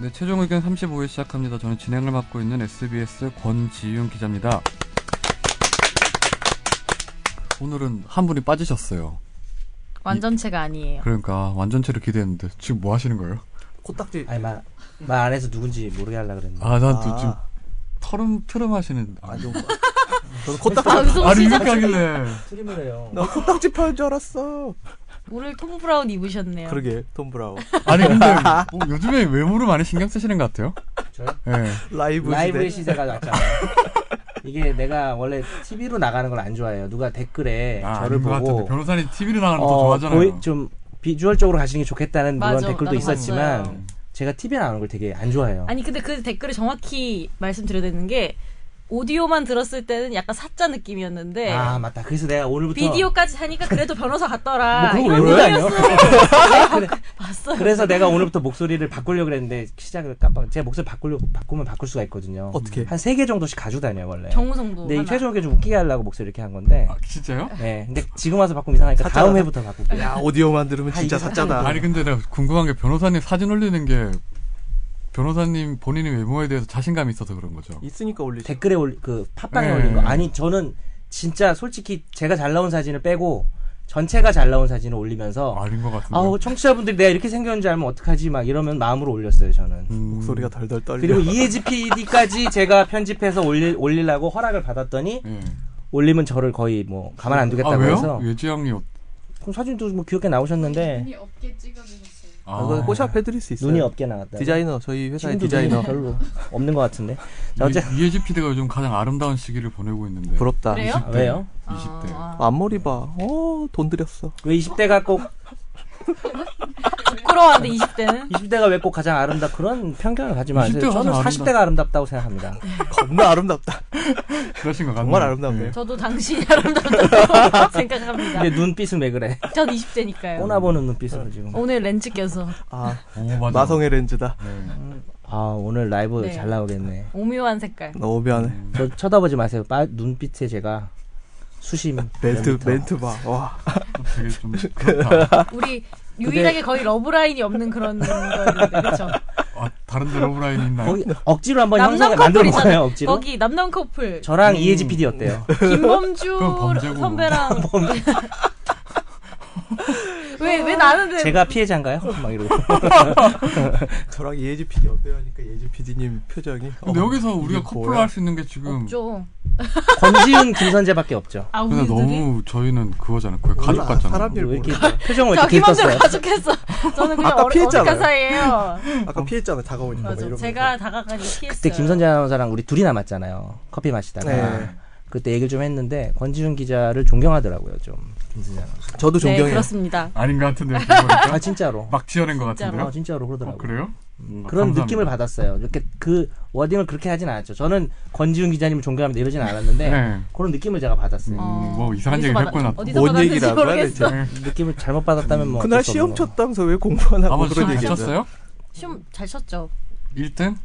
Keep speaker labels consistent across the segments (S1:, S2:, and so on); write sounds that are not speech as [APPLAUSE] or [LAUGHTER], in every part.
S1: 네, 최종 의견 35회 시작합니다. 저는 진행을 맡고 있는 SBS 권지윤 기자입니다. 오늘은 한 분이 빠지셨어요.
S2: 완전체가 아니에요.
S1: 그러니까 완전체를 기대했는데 지금 뭐 하시는 거예요?
S3: 코딱지
S4: 아니 말, 말 안 해서 누군지 모르게 하려고 그랬는데
S1: 아, 난 또
S3: 아.
S1: 지금 털음 트름 하시는
S4: 네.
S3: 아 너무 저는 코딱지
S2: 방송
S1: 아니
S2: 시작
S4: 그러니까
S1: 이렇게 하길래
S4: 트림을 해요
S3: 나 코딱지 파인 줄 알았어
S2: 오늘 톰 브라운 입으셨네요.
S4: 그러니까.
S3: 그러게 톰 브라운
S1: 아니
S4: [LAUGHS]
S1: 근데 뭐 요즘에 외모를 많이 신경 쓰시는 것 같아요.
S4: 저요?
S1: 예.
S3: 라이브 시대
S4: 라이브의 시대가 왔잖아요
S1: [LAUGHS]
S4: 이게 내가 원래 TV로 나가는 걸 안 좋아해요 누가 댓글에
S1: 아,
S4: 저를
S1: 아닌 것 같은데.
S4: 보고
S1: 변호사님 TV를 나가는 거
S4: 어,
S1: 좋아하잖아요.
S4: 보이- 좀 비주얼적으로 가시는 게 좋겠다는
S2: 맞아,
S4: 그런 댓글도
S2: 나도
S4: 있었지만
S2: 봤어요.
S4: 제가 TV에 나오는 걸 되게 안 좋아해요
S2: 아니 근데 그 댓글을 정확히 말씀드려야 되는 게 오디오만 들었을 때는 약간 사짜 느낌이었는데
S4: 아 맞다 그래서 내가 오늘부터
S2: 네. 비디오까지 하니까 그래도 변호사 같더라.
S4: 뭐
S2: 이런
S4: 그런 거 왜 그래?
S2: 느낌이었어.
S4: [LAUGHS]
S2: 봤어요.
S4: 그래서 내가 오늘부터 목소리를 바꾸려고 그랬는데 시작을 깜빡 제가 목소리 바꾸려고 바꾸면 바꿀 수가 있거든요
S3: 어떻게?
S4: 한 세 개 정도씩 가지고 다녀요 원래
S2: 정우성도
S4: 근데 네, 이
S2: 하나.
S4: 최종 의견 좀 웃기게 하려고 목소리 이렇게 한 건데
S1: 아, 진짜요?
S4: 네, 근데 지금 와서 바꾸면 이상하니까
S3: 사짜다.
S4: 다음 회부터 바꿀게요.
S3: 야 오디오만 들으면 진짜 사짜다
S1: 아니 그 근데 내가 궁금한 게 변호사님 사진 올리는 게 변호사님 본인의 외모에 대해서 자신감이 있어서 그런 거죠.
S3: 있으니까 올리지
S4: 댓글에 올리, 그 팟빵에
S1: 네.
S4: 올린 거. 아니, 저는 진짜 솔직히 제가 잘 나온 사진을 빼고 전체가 잘 나온 사진을 올리면서
S1: 아닌 것 같은데.
S4: 아우, 청취자분들이 내가 이렇게 생겼는지 알면 어떡하지? 막 이러면 마음으로 올렸어요, 저는.
S1: 음.
S3: 목소리가 덜덜 떨려
S4: 그리고 이혜지 PD까지 제가 편집해서 올리, 올리려고 허락을 받았더니
S1: 예.
S4: 올리면 저를 거의 뭐 가만 안
S1: 아
S4: 두겠다고
S1: 왜요?
S4: 해서
S1: 예지 형이 어-
S4: 그럼 사진도 뭐 귀엽게 나오셨는데
S5: 눈이 없게 찍어주셨어요.
S1: 아,
S3: 그거 호샵 해드릴 수 있어요
S4: 눈이 없게 나왔다.
S3: 디자이너 저희 회사의
S4: 지금도
S3: 디자이너
S4: 눈이 별로 없는 것 같은데. 자, 어째
S1: 이- 이예지 PD가 요즘 가장 아름다운 시기를 보내고 있는데.
S3: 부럽다
S2: 그래요?
S4: 아, 왜요?
S1: 20대.
S2: 아,
S3: 앞머리 봐어돈 들였어
S4: 왜 20대가 꼭
S2: 부끄러워하는데 20대는
S4: 20대가 왜 꼭 가장 아름답 그런 편견을 가지 마세요.
S1: 20대가
S4: 저는
S1: 가장
S4: 40대가 아름답다고 생각합니다.
S3: 겁나 아름답다
S1: 음. 그러신 것 같네요.
S3: 정말 아름답네요
S1: 예.
S2: 저도 당신이 아름답다고 [LAUGHS] 생각합니다.
S4: 근데 눈빛은 왜 그래?
S2: 전 20대니까요.
S4: 꼬나보는 눈빛으로 지금.
S2: 오늘 렌즈 껴서
S3: 아
S1: 오, 예. 어, 맞아.
S3: 마성의 렌즈다
S1: 네.
S4: 아 오늘 라이브
S2: 네.
S4: 잘 나오겠네.
S2: 오묘한 색깔.
S3: 너무 미안해
S1: 음.
S4: 저 쳐다보지 마세요. 빠, 눈빛에 제가 수심.
S3: 멘트
S4: 미터.
S3: 멘트 봐와
S1: 어, 되게 좀
S3: [LAUGHS]
S1: 그렇다.
S2: 우리 유일하게 거의 러브라인이 없는 그런 거였는데 그렇죠.
S1: 아, 다른 데 러브라인 있나요?
S4: 거기 억지로 한번
S2: 남남
S4: 형성을 만들어
S2: 커플이잖아요.
S4: 볼까요? 억지로.
S2: 거기 남남 커플
S4: 저랑
S1: 음.
S4: [LAUGHS] 이혜지 PD 어때요?
S2: 네.
S4: [LAUGHS] 뭐,
S2: 김범주
S1: 그건 범죄고. 뭐.
S2: 선배랑 [LAUGHS] 왜 왜 나는데
S4: 제가 피해자인가요?
S2: [LAUGHS]
S4: 막 이러고.
S3: 저랑 예지 PD 어때요 하니까 예지 PD님 표정이
S1: 근데
S3: 어,
S1: 여기서 우리가
S3: 이게
S1: 커플로
S3: 뭐야?
S1: 할 수 있는 게 지금
S2: 없죠.
S4: 권지윤 김선재밖에 없죠.
S2: 아 우리
S1: 근데
S4: 어,
S2: 둘이
S1: 너무 저희는 그거잖아요. 거의 가족
S3: 몰라,
S1: 같잖아요.
S3: 사람이-
S4: 왜 이렇게 표정 왜
S2: 저
S4: 이렇게
S2: 김범주를 [LAUGHS]
S4: 떴어요?
S2: 가족했어. 저는 그냥
S3: 아까
S2: 어리-
S3: 피했잖아요.
S2: 어색한 사이예요.
S3: 아까 피했잖아
S1: 뭐
S3: 다가오니까 막
S2: 맞아.
S3: 이러면서.
S2: 제가 다가가니 피했어요.
S4: 그때 김선재 아나운서랑 우리 둘이 남았잖아요. 커피 마시다가.
S3: 네.
S4: 그때 얘기를 좀 했는데 권지윤 기자를 존경하더라고요 좀 김선재 아나운서.
S3: 저도
S2: 네
S3: 존경해요
S2: 그렇습니다.
S1: 아닌 것 같은데 이렇게 보니까
S4: 아
S1: [LAUGHS]
S4: 진짜로.
S1: 막 지어낸 것
S2: 진짜로.
S1: 같은데요.
S4: 아 진짜로
S1: 어,
S4: 그러더라고요.
S1: 그래요?
S4: 음,
S1: 아,
S4: 그런
S1: 감사합니다.
S4: 느낌을 받았어요. 이렇게 그 워딩을 그렇게 하진 않았죠. 저는 권지윤 기자님을 존경합니다 이러진 않았는데
S1: 네.
S4: 그런 느낌을 제가 받았어요.
S1: 음, 뭐 이상한
S2: 어디서
S1: 얘기를
S2: 받아-
S1: 했구나.
S2: 어디서
S3: 뭔
S2: 받았는지
S3: 얘기를 안
S2: 모르겠어.
S3: 받았는지.
S4: 느낌을 잘못 받았다면 뭐
S3: 그날
S4: 어쩔 수 없는
S3: 시험
S4: 거.
S3: 쳤다면서 왜 공부 안 하고
S1: 네. 아마 뭐
S3: 그런
S1: 시험
S3: 얘기
S1: 쳤어요?
S2: 시험 잘 쳤죠.
S1: 1등?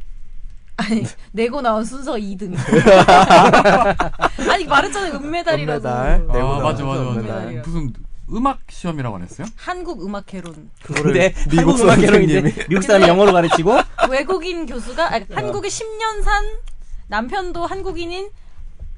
S2: 아니 내고 나온 순서
S4: [LAUGHS]
S2: 2등. 아니 말했잖아요 은메달이라고.
S3: 은메달.
S1: 아,
S3: 내고
S1: 맞아 맞아
S3: 나와서
S1: 맞아.
S2: 메달이요.
S1: 무슨 음악 시험이라고 안 했어요?
S2: 한국 음악 개론.
S4: 근데
S3: 미국
S4: 네, 한국 음악
S3: 선생님이. [LAUGHS]
S4: 개론인데 미국 사람이 영어로 가르치고
S2: 외국인 교수가 아니,
S4: 어.
S2: 한국에 10년 산 남편도 한국인인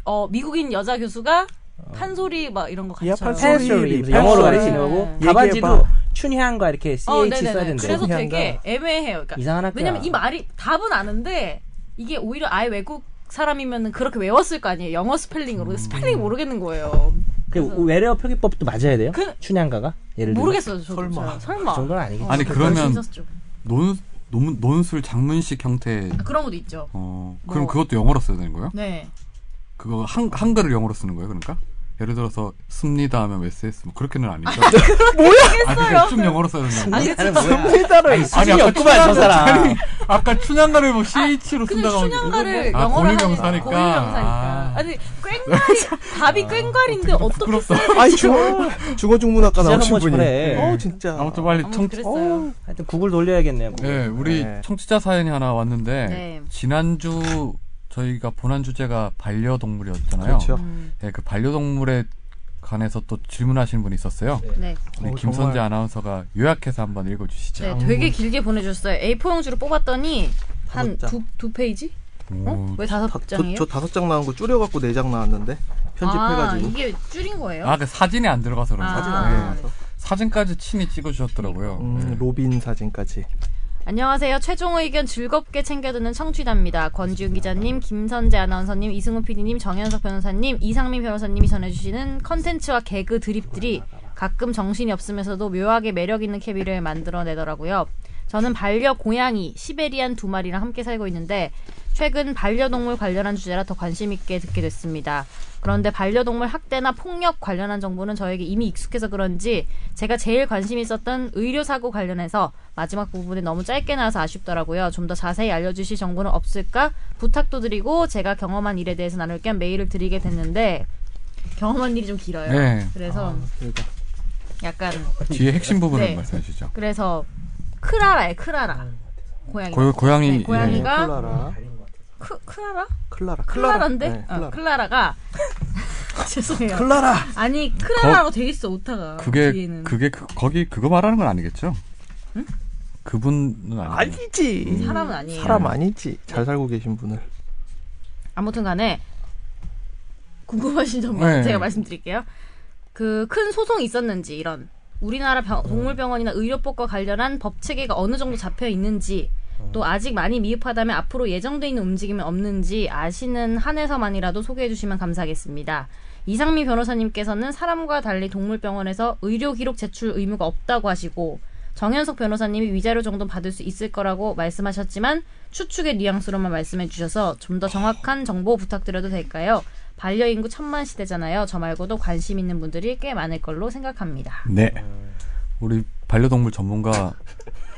S2: 어, 미국인 여자 교수가
S4: 어.
S2: 판소리 막 이런 거
S3: 야,
S2: 가르쳐요.
S3: 판소리.
S4: 패스리
S3: 판소리.
S4: 영어로 가르치는 거고
S2: 얘기해봐.
S4: 답안지도 춘향과 이렇게 CH
S2: 어, 네네네.
S4: 써야 된대.
S2: 그래서
S4: 요
S2: 되게 애매해요. 그러니까
S4: 이상한 학교야.
S2: 왜냐면 이 말이 답은 아는데 이게 오히려 아예 외국 사람이면 그렇게 외웠을 거 아니에요. 영어 스펠링으로
S4: 음.
S2: 스펠링 모르겠는 거예요.
S4: 그 외래어 표기법도 맞아야 돼요?
S2: 그-
S4: 춘향가가 예를 들면
S2: 모르겠어요. 저도
S3: 설마.
S2: 잘.
S4: 그
S2: 설마. [LAUGHS]
S4: 정도는 아니겠죠.
S1: 아니,
S2: 그럴
S1: 그러면-
S2: 수 있었죠.
S1: 논, 논, 논술 장문식 형태.
S2: 아, 그런 것도 있죠.
S1: 어, 그럼
S2: 뭐.
S1: 그것도 영어로 써야 되는 거예요?
S2: 네.
S1: 그거 한, 한글을 영어로 쓰는 거예요, 그러니까? 예를 들어서 씁니다 하면 왜 쓰스 뭐 그렇게는 아니죠. 아니, 그냥 쭉 영어로 써야 된다고.
S2: 아니,
S4: 아니, 뭐야. 아니,
S1: 아니,
S4: 수준이 없구만 저
S1: 그 춘향가-
S4: 사람.
S1: 아니, 아까 춘향가를 뭐 CH로
S2: 아, 근데
S1: 쓴다고 하면
S2: 춘향가를
S1: 아,
S2: 영어로 하는
S1: 고유명사니까.
S2: 고유명사니까.
S1: 아.
S2: 아. 니 꽹과리 답이 꽹과리인데 어떻게
S1: 부끄럽다.
S3: 아이 중어 중어 중문학과
S4: 진짜
S3: 나오신
S4: 한번
S3: 분이.
S4: 그래.
S3: 어 진짜.
S1: 아무튼 뭐 빨리
S2: 아무튼
S1: 청,
S2: 그랬어요.
S4: 하여튼 구글 돌려야겠네요. 구글.
S1: 네, 우리
S3: 네.
S1: 청취자 사연이 하나 왔는데
S2: 네.
S1: 지난주 저희가 본안 주제가 반려동물이었잖아요.
S3: 그렇죠.
S2: 음.
S1: 네, 그 반려동물의 관해서 또 질문하시는 분이 있었어요.
S2: 네.
S1: 근데
S3: 어,
S1: 김선재
S3: 정말.
S1: 아나운서가 요약해서 한번 읽어주시죠.
S2: 네, 되게 길게 보내주셨어요. A4용지로 뽑았더니 한
S3: 다섯 장.
S2: 두 두 페이지? 어?
S1: 오.
S2: 왜 다섯
S3: 다-
S2: 장이에요?
S3: 저, 저 다섯 장 나온 거 줄여갖고 네 장 나왔는데 편집해가지고 네,
S2: 아, 이게 줄인 거예요?
S1: 아, 그 아, 사진이 안 들어가서 그런
S2: 사진
S1: 거죠.
S2: 안 들어가서.
S1: 사진까지 친히 찍어주셨더라고요.
S3: 음,
S1: 네.
S3: 로빈 사진까지
S2: 안녕하세요. 최종 의견 즐겁게 챙겨드는 청취자입니다. 권지윤 기자님, 김선재 아나운서님, 이승훈 PD님, 정현석 변호사님, 이상민 변호사님이 전해주시는 컨텐츠와 개그 드립들이 가끔 정신이 없으면서도 묘하게 매력 있는 케미를 만들어내더라고요. 저는 반려 고양이 시베리안 두 마리랑 함께 살고 있는데 최근 반려동물 관련한 주제라 더 관심 있게 듣게 됐습니다. 그런데 반려동물 학대나 폭력 관련한 정보는 저에게 이미 익숙해서 그런지 제가 제일 관심 있었던 의료 사고 관련해서 마지막 부분에 너무 짧게 나와서 아쉽더라고요. 좀 더 자세히 알려주실 정보는 없을까 부탁도 드리고 제가 경험한 일에 대해서 나눌 겸 메일을 드리게 됐는데 경험한 일이 좀 길어요.
S1: 네.
S2: 그래서
S3: 그러니까
S2: 약간
S1: 뒤에 핵심 부분을
S2: 네.
S1: 말씀해 주시죠.
S2: 그래서 크라라예요. 크라라
S3: 음.
S2: 고양이.
S1: 고, 고양이,
S2: 네, 고양이가-
S1: 예.
S3: 클라라
S2: 크, 크라라?
S3: 클라라
S6: 클라라인데?
S3: 네,
S2: 어,
S3: 클라라
S2: 클라라가 [LAUGHS] 죄송해요.
S3: 클라라
S6: 아니 크라라로 돼 있어 오타가
S1: 그게
S6: 뒤에는
S1: 그게 그, 거기 그거 말하는 건 아니겠죠? 그분은 아니죠
S3: 아니지
S6: 사람은 아니에요.
S3: 사람 아니지 잘 살고 계신 분을
S2: 아무튼간에 궁금하신 점이
S1: 네.
S2: 제가 말씀드릴게요. 그 큰 소송이 있었는지 이런 우리나라 병- 동물병원이나 의료법과 관련한 법 체계가 어느 정도 잡혀 있는지 또 아직 많이 미흡하다면 앞으로 예정돼 있는 움직임이 없는지 아시는 한에서만이라도 소개해 주시면 감사하겠습니다. 이상미 변호사님께서는 사람과 달리 동물병원에서 의료 기록 제출 의무가 없다고 하시고 정현석 변호사님이 위자료 정도 받을 수 있을 거라고 말씀하셨지만 추측의 뉘앙스로만 말씀해 주셔서 좀 더 정확한 정보 부탁드려도 될까요? 반려인구 천만 시대잖아요. 저 말고도 관심 있는 분들이 꽤 많을 걸로 생각합니다.
S1: 네. 우리 반려동물 전문가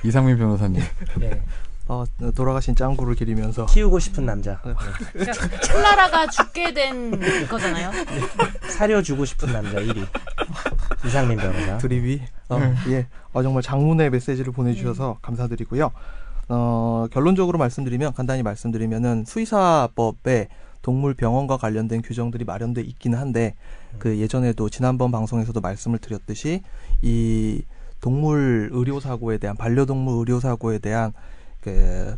S1: 이상민 변호사님.
S4: 예.
S3: 어, 돌아가신 짱구를 기리면서
S4: 키우고 싶은 남자.
S2: 클라라가 죽게 된 거잖아요.
S4: 사려주고 싶은 남자 1위. 이상민 변호사.
S3: 드립이 어, 예, 어, 정말 장문의 메시지를 보내주셔서 감사드리고요. 어, 결론적으로 말씀드리면 간단히 말씀드리면은 수의사법에 동물 병원과 관련된 규정들이 마련돼 있긴 한데 그 예전에도 지난번 방송에서도 말씀을 드렸듯이 이 동물 의료 사고에 대한 반려동물 의료 사고에 대한 그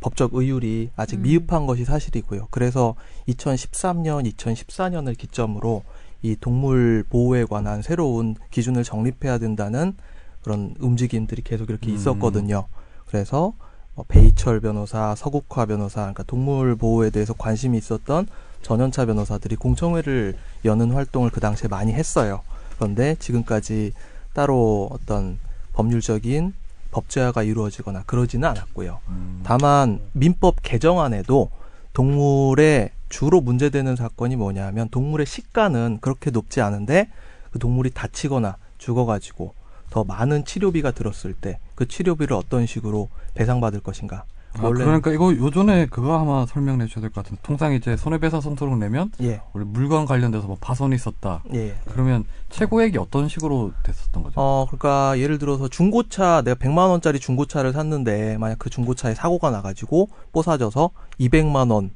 S3: 법적 의율이 아직 미흡한 것이 사실이고요. 그래서 2013년, 2014년을 기점으로 이 동물 보호에 관한 새로운 기준을 정립해야 된다는 그런 움직임들이 계속 이렇게
S1: 음.
S3: 있었거든요. 그래서 뭐 배이철 변호사, 서국화 변호사, 그러니까 동물 보호에 대해서 관심이 있었던 전현차 변호사들이 공청회를 여는 활동을 그 당시에 많이 했어요. 그런데 지금까지 따로 어떤 법률적인 법제화가 이루어지거나 그러지는 않았고요.
S1: 음,
S3: 다만 민법 개정안에도 동물의 주로 문제되는 사건이 뭐냐면 동물의 시가는 그렇게 높지 않은데 그 동물이 다치거나 죽어가지고 더 많은 치료비가 들었을 때 그 치료비를 어떤 식으로 배상받을 것인가
S1: 아,
S3: 원래
S1: 그러니까 이거 요전에 그거 아마 설명해 주셔야 될 것 같은데 통상 이제 손해배상 소송 내면
S3: 예
S1: 원래 물건 관련돼서 뭐 파손이 있었다.
S3: 예.
S1: 그러면 최고액이 어떤 식으로 됐었던 거죠?
S3: 어, 그러니까 예를 들어서 중고차 내가 100만 원짜리 중고차를 샀는데 만약 그 중고차에 사고가 나가지고 뽀사져서 200만 원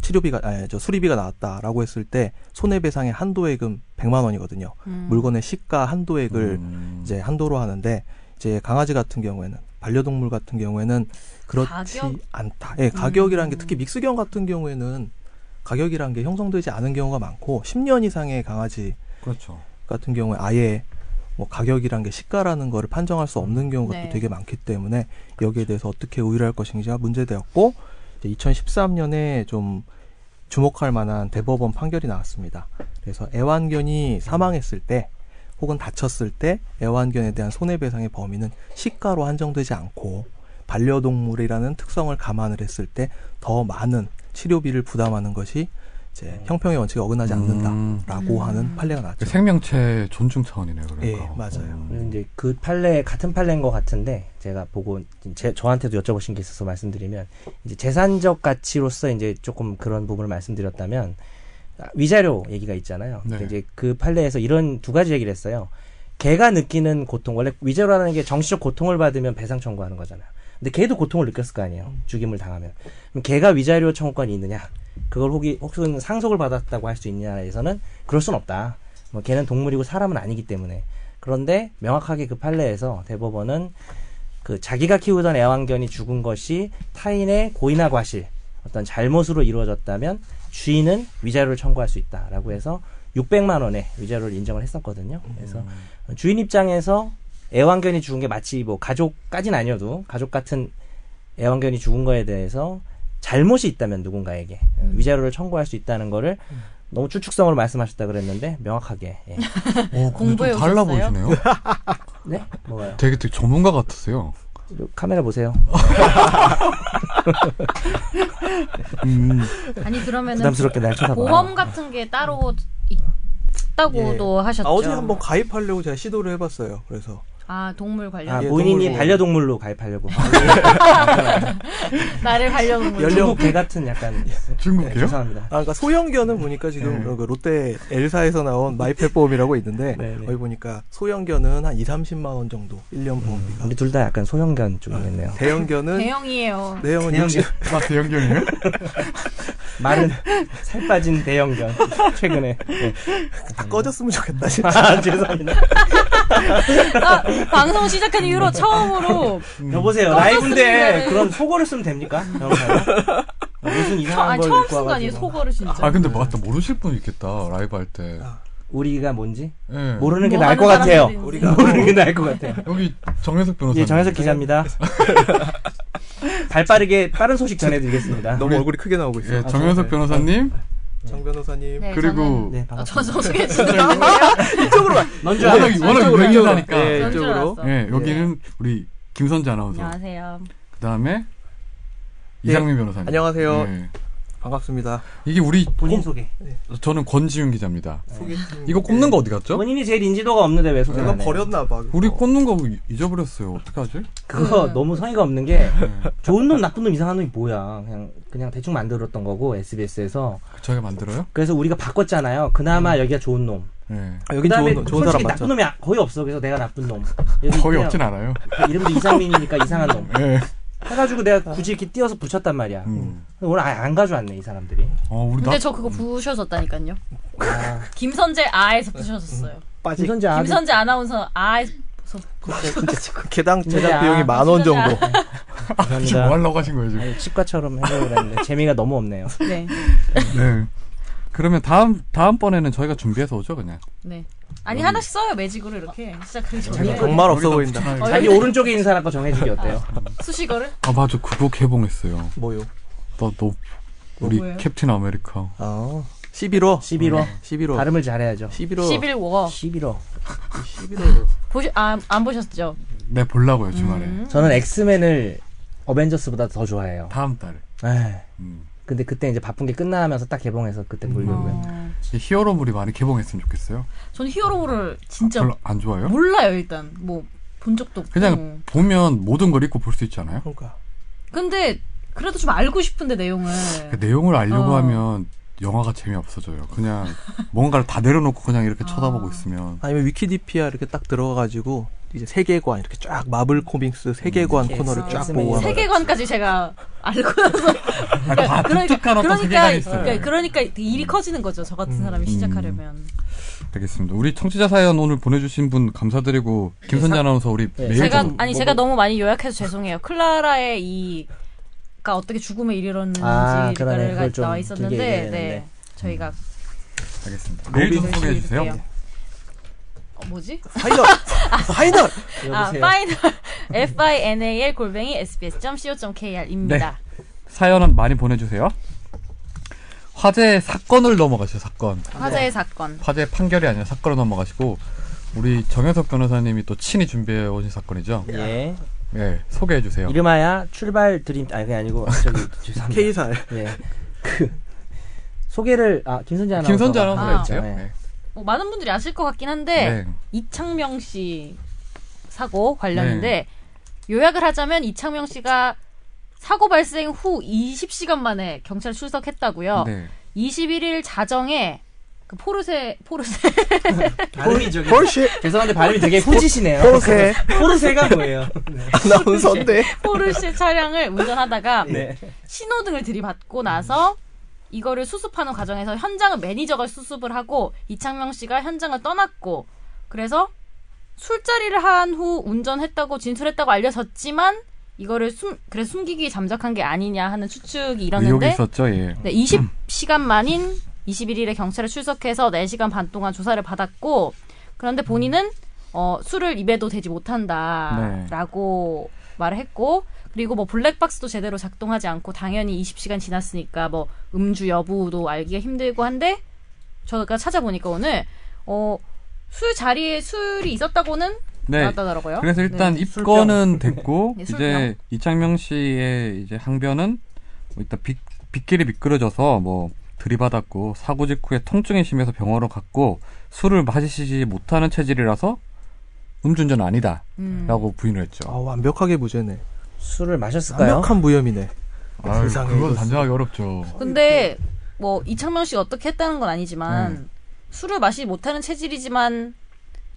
S3: 치료비가 아니 저 수리비가 나왔다라고 했을 때 손해배상의 한도액은 100만 원이거든요.
S2: 음.
S3: 물건의 시가 한도액을
S1: 음,
S3: 이제 한도로 하는데 이제 강아지 같은 경우에는 반려동물 같은 경우에는 그렇지
S2: 가격? 음.
S3: 않다. 예, 가격이라는 게 특히 믹스견 같은 경우에는 가격이라는 게 형성되지 않은 경우가 많고 10년 이상의 강아지
S1: 그렇죠.
S3: 같은 경우에 아예 뭐 가격이란 게 시가라는 거를 판정할 수 없는 경우가
S2: 네.
S3: 또 되게 많기 때문에 여기에 대해서 어떻게 우유할 것인지가 문제되었고 2013년에 좀 주목할 만한 대법원 판결이 나왔습니다. 그래서 애완견이 사망했을 때 혹은 다쳤을 때 애완견에 대한 손해배상의 범위는 시가로 한정되지 않고 반려동물이라는 특성을 감안을 했을 때 더 많은 치료비를 부담하는 것이 이제 형평의 원칙에 어긋나지
S1: 음.
S3: 않는다라고 하는 판례가
S1: 그
S3: 나왔죠.
S1: 생명체 존중 차원이네요, 그러니까.
S3: 그렇죠. 예, 맞아요.
S1: 음.
S4: 그리고 이제 그 판례 같은 판례인 것 같은데 제가 보고 제, 저한테도 여쭤보신 게 있어서 말씀드리면 이제 재산적 가치로서 이제 조금 그런 부분을 말씀드렸다면 아, 위자료 얘기가 있잖아요. 근데
S1: 네.
S4: 이제 그 판례에서 이런 두 가지 얘기를 했어요. 개가 느끼는 고통 원래 위자료라는 게 정신적 고통을 받으면 배상 청구하는 거잖아요. 근데 개도 고통을 느꼈을 거 아니에요. 죽임을 당하면 그럼 개가 위자료 청구권이 있느냐? 그걸 혹이 혹은 상속을 받았다고 할 수 있냐에서는 그럴 순 없다. 뭐 걔는 동물이고 사람은 아니기 때문에 그런데 명확하게 그 판례에서 대법원은 그 자기가 키우던 애완견이 죽은 것이 타인의 고의나 과실 어떤 잘못으로 이루어졌다면 주인은 위자료를 청구할 수 있다라고 해서 600만 원의 위자료를 인정을 했었거든요. 그래서 주인 입장에서 애완견이 죽은 게 마치 뭐 가족까진 아니어도 가족 같은 애완견이 죽은 거에 대해서 잘못이 있다면 누군가에게 위자료를 청구할 수 있다는 거를 너무 추측성으로 말씀하셨다 그랬는데 명확하게 예.
S1: 오, 근데
S7: 공부해
S1: 좀 달라
S7: 오셨어요?
S1: 보이시네요.
S4: 네 뭐가요?
S1: [LAUGHS] 되게 되게 전문가 같으세요.
S4: 카메라 보세요.
S1: 음,
S2: 아니 그러면은
S4: 부담스럽게 날 쳐다봐.
S2: 보험 같은 게 따로
S4: 예.
S2: 있다고도 하셨죠.
S3: 아, 어제 한번 가입하려고 제가 시도를 해봤어요. 그래서
S2: 아, 동물 관련
S4: 아,
S3: 예,
S4: 본인이
S3: 동물로.
S4: 반려동물로
S7: 아,
S4: 가입하려고 아,
S2: 나를 관련
S3: 연령-
S4: 중국 개 같은 약간
S7: 예.
S4: 네,
S1: 중국이요?
S4: 죄송합니다.
S3: 아, 그러니까 소형견은 보니까 지금
S4: 네.
S3: 그 롯데 엘사에서 나온 마이펫 보험이라고 있는데
S4: 네, 네.
S3: 거기 보니까 소형견은 한 2, 30만 원 정도 1년 보험비가.
S1: 음.
S4: 우리 둘 다 약간 소형견 쪽이겠네요.
S7: 아.
S3: 대형견은
S2: 대형이에요.
S3: 대형은
S4: 대형견.
S3: 60,
S1: 아, 대형견이에요?
S7: [LAUGHS]
S4: 말은 살 빠진 대형견 최근에 네.
S3: 다 꺼졌으면 좋겠다 진짜.
S4: 아, [LAUGHS] 죄송합니다.
S7: 아, 방송 시작한 이후로 처음으로 아,
S4: 여보세요 라이브인데
S7: 깜짝이야.
S4: 그런 속어를 쓰면 됩니까?
S7: [LAUGHS]
S4: 여보세요? 무슨
S7: 처,
S4: 이상한
S7: 아니,
S4: 걸
S7: 처음 쓴
S4: 입고
S7: 거 아니에요?
S4: 와가지고
S7: 속어를 진짜.
S1: 아, 근데 맞다. 모르실 분 있겠다. 라이브 할 때.
S4: 우리가 뭔지
S1: 예.
S4: 모르는 게
S7: 뭐 하는 어. 네.
S4: 나을 것 같아요.
S7: 사람들인지.
S3: 우리가
S4: 모르는 게 나을 것 같아요.
S1: 여기 정혜석 변호사.
S4: 예,
S7: [LAUGHS]
S4: 정현석 기자입니다. 발빠르게 빠른 소식 전해드리겠습니다.
S3: [LAUGHS] 너무
S1: 우리-
S3: 얼굴이 크게 나오고 있어.
S1: 예,
S3: 요 아,
S1: 정현석
S4: 네.
S1: 변호사님.
S3: 정 변호사님.
S2: 네,
S1: 그리고
S4: 네,
S2: 저는- 어,
S4: 반갑습니다.
S2: 저 소개
S4: [LAUGHS]
S2: 주세요.
S3: 이쪽으로 와.
S4: 넌 줄 알아.
S1: 워낙 워낙
S3: 이쪽으로,
S1: 유명하니까.
S3: 네. 이쪽으로.
S7: 그런
S3: 예,
S7: 줄
S3: 이쪽으로.
S7: 알았어.
S1: 예, 여기는 우리 김선재 아나운서.
S4: 네.
S7: 안녕하세요.
S1: 그다음에
S3: 예.
S1: 이상민 변호사님.
S3: 네. 안녕하세요.
S1: 예.
S3: 반갑습니다.
S1: 이게 우리
S4: 본인
S7: 어?
S1: 꼽-
S4: 소개.
S1: 저는 권지윤 기자입니다.
S3: 음, 소개팅.
S1: 이거 꼽는 거 어디 갔죠?
S4: 본인이 제일 인지도가 없는데 왜 소개를
S7: 네,
S3: 제가
S4: 안
S3: 아,
S4: 해요?
S3: 버렸나 봐. 그거.
S1: 우리 꼽는 거뭐 잊어버렸어요. 어떡하지?
S4: 그거
S2: 음.
S4: 너무 성의가 없는 게 좋은 놈 나쁜 놈 이상한 놈이 뭐야 그냥 그냥 대충 만들었던 거고 SBS에서
S1: 저희가 만들어요?
S4: 그래서 우리가 바꿨잖아요 그나마 여기가 좋은 놈
S1: 예.
S3: 아, 여긴
S4: 그다음에
S3: 좋은 좋은 사람
S4: 솔직히
S3: 맞죠?
S4: 나쁜 놈이 아- 거의 없어 그래서 내가 나쁜 놈 여기
S1: 거의
S4: 그냥
S1: 없진 않아요.
S4: 이름도 이상민이니까 이상한
S1: [LAUGHS]
S4: 놈
S1: 예.
S4: 해가지고 내가 굳이 이렇게 띄어서 붙였단 말이야
S1: 음.
S4: 근데 오늘 아예 안 가져왔네 이 사람들이
S1: 어, 우리 나
S2: 근데 저 그거 부셔졌다니까요.
S4: 아,
S7: 김선재 아에서 부셔졌어요.
S3: 빠지.
S4: 김선재 아주
S7: 김선재 아나운서 아에서
S3: [LAUGHS] 개당 그 제작
S4: 진짜.
S3: 비용이 만 원 정도.
S1: 지금
S4: 감사합니다
S1: 뭐 하려고 하신 거예요, 지금?
S4: 아니, 치과처럼 해보려고 했는데 재미가 너무 없네요
S7: 네.
S1: 네. 그러면 다음 다음 번에는 저희가 준비해서 오죠, 그냥.
S2: 네.
S7: 아니 하나씩 써요 매직으로 이렇게
S1: 아,
S7: 진짜 그
S4: 제가
S7: 정리
S3: 정말 없어
S1: 여기다
S3: 보인다.
S1: 붙여놔야겠다.
S7: 어,
S4: 자기 오른쪽에 있는 사람 거 정해주기 어때요?
S7: 수식어를
S1: 아 맞아, 그거 개봉했어요.
S3: 뭐요?
S1: 나너 우리
S7: 뭐예요?
S1: 캡틴 아메리카.
S3: 아, 11호.
S4: 11호
S3: 11호.
S4: 발음을 잘해야죠
S3: 11호.
S2: 11워
S4: 11호
S3: 11호.
S2: 보시 아, 안 보셨죠? 음.
S1: 네, 보려고요 주말에.
S4: 저는 엑스맨을 어벤져스보다 더 좋아해요.
S1: 다음 달에.
S4: 에이,
S1: 음.
S4: 근데 그때 이제 바쁜 게 끝나면서 딱 개봉해서 그때 보려고요.
S2: 어.
S1: 이 히어로물이 많이 개봉했으면 좋겠어요.
S2: 저는 히어로물을 진짜
S1: 별로 안 좋아요.
S2: 몰라요 일단 뭐 본 적도 없고.
S1: 그냥 보면 모든 걸 읽고 볼 수 있잖아요.
S3: 그러니까.
S2: 근데 그래도 좀 알고 싶은데 내용을.
S1: 그 내용을 알려고
S2: 어.
S1: 하면 영화가 재미없어져요. 그냥 뭔가를 다 내려놓고 그냥 이렇게 쳐다보고 있으면
S3: 아니면 위키디피아 이렇게 딱 들어가가지고 이제 세계관 이렇게 쫙 마블 코믹스 세계관 코너를 쫙
S4: 엑스맨이
S3: 보고 하면
S2: 세계관까지 제가 알고
S1: 아, 다 독특한 어떤
S7: 그러니까
S1: 세계관이 있어요. 음,
S7: 그러니까, 그러니까 일이 커지는 거죠 저 같은 사람이 시작하려면
S1: 알겠습니다. 우리 청취자 사연 오늘 보내주신 분 감사드리고 김선재 아나운서 우리
S4: 네.
S1: 매일
S2: 제가
S1: 좀-
S2: 아니 제가 너무 많이 요약해서 죄송해요. 클라라의 이가 어떻게 죽음에 이르렀는지를
S4: 아, 그러네. 그걸 좀
S2: 나와
S4: 길게
S2: 있었는데
S4: 얘기해야 되는데. 음.
S2: 네. 저희가
S1: 알겠습니다. 메일 좀 소개해 주세요.
S2: 읽을게요. 어, 뭐지?
S3: 파이널 파이널
S2: 아,
S4: 여보세요.
S2: final [LAUGHS] f i n a l 골뱅이 sbs.co.kr입니다.
S4: 네.
S1: 사연은 많이 보내주세요. 화재 사건을 넘어가시죠, 사건.
S4: 네.
S2: 화재의 사건.
S1: 화재 판결이 아니라 사건으로 넘어가시고, 우리 정현석 변호사님이 또 친히 준비해 오신 사건이죠?
S4: 예.
S1: 예, 소개해 주세요.
S4: 이름하야 출발 드림 아니 그게 아니고 저기 [LAUGHS] 죄송합니다.
S3: K사
S4: 예. 그 소개를 아 김선재 아나운서
S1: 김선재 아나운서가
S2: 아,
S1: 있죠?
S4: 네.
S1: 네.
S2: 뭐 많은 분들이 아실 것 같긴 한데
S1: 네.
S2: 이창명 씨 사고 관련인데
S1: 네.
S2: 요약을 하자면 이창명 씨가 사고 발생 후 20시간 만에 경찰 출석했다고요.
S1: 네.
S2: 21일 자정에 그 포르세 [LAUGHS] 포르세
S4: 발음이 저기
S3: 폴쉐
S4: 죄송한데 발음이 되게 후지시네요. [LAUGHS]
S3: 폴쉐
S4: 포르세가 뭐예요? 네.
S3: 아나운서인데
S2: 포르쉐 차량을 운전하다가
S4: [LAUGHS] 네.
S2: 신호등을 들이받고 나서 이거를 수습하는 과정에서 현장은 매니저가 수습을 하고 이창명 씨가 현장을 떠났고 그래서 술자리를 한 후 운전했다고 진술했다고 알려졌지만 이거를 숨 그래서 숨기기 잠적한 게 아니냐 하는 추측이
S8: 의혹이
S2: 일었는데
S8: 있었죠. 예.
S2: 네, 20시간 만인 21일에 경찰에 출석해서 4시간 반 동안 조사를 받았고 그런데 본인은 어, 술을 입에도 대지
S8: 네.
S2: 못한다라고 말을 했고 그리고 뭐 블랙박스도 제대로 작동하지 않고 당연히 20시간 지났으니까 뭐 음주 여부도 알기가 힘들고 한데 저가 찾아보니까 오늘 어, 술 자리에 술이 있었다고는 아,
S8: 네.
S2: 나왔다더라고요.
S8: 그래서 일단
S4: 네.
S8: 입건은 됐고
S2: 네, 술병.
S8: 이제 이창명 씨의 이제 항변은 뭐 일단 빗, 빗길이 미끄러져서 뭐 들이받았고 사고 직후에 통증이 심해서 병원으로 갔고 술을 마시지 못하는 체질이라서 음주운전 아니다라고
S2: 음.
S8: 부인을 했죠.
S3: 아, 완벽하게 무죄네.
S4: 술을 마셨을까요?
S3: 완벽한 무혐의네.
S8: 아유,
S3: 세상에
S8: 그건
S3: 이거
S8: 단정하기 어렵죠.
S2: 근데
S4: 네,
S2: 뭐 이창명 씨가 어떻게 했다는 건 아니지만 술을 마시지 못하는 체질이지만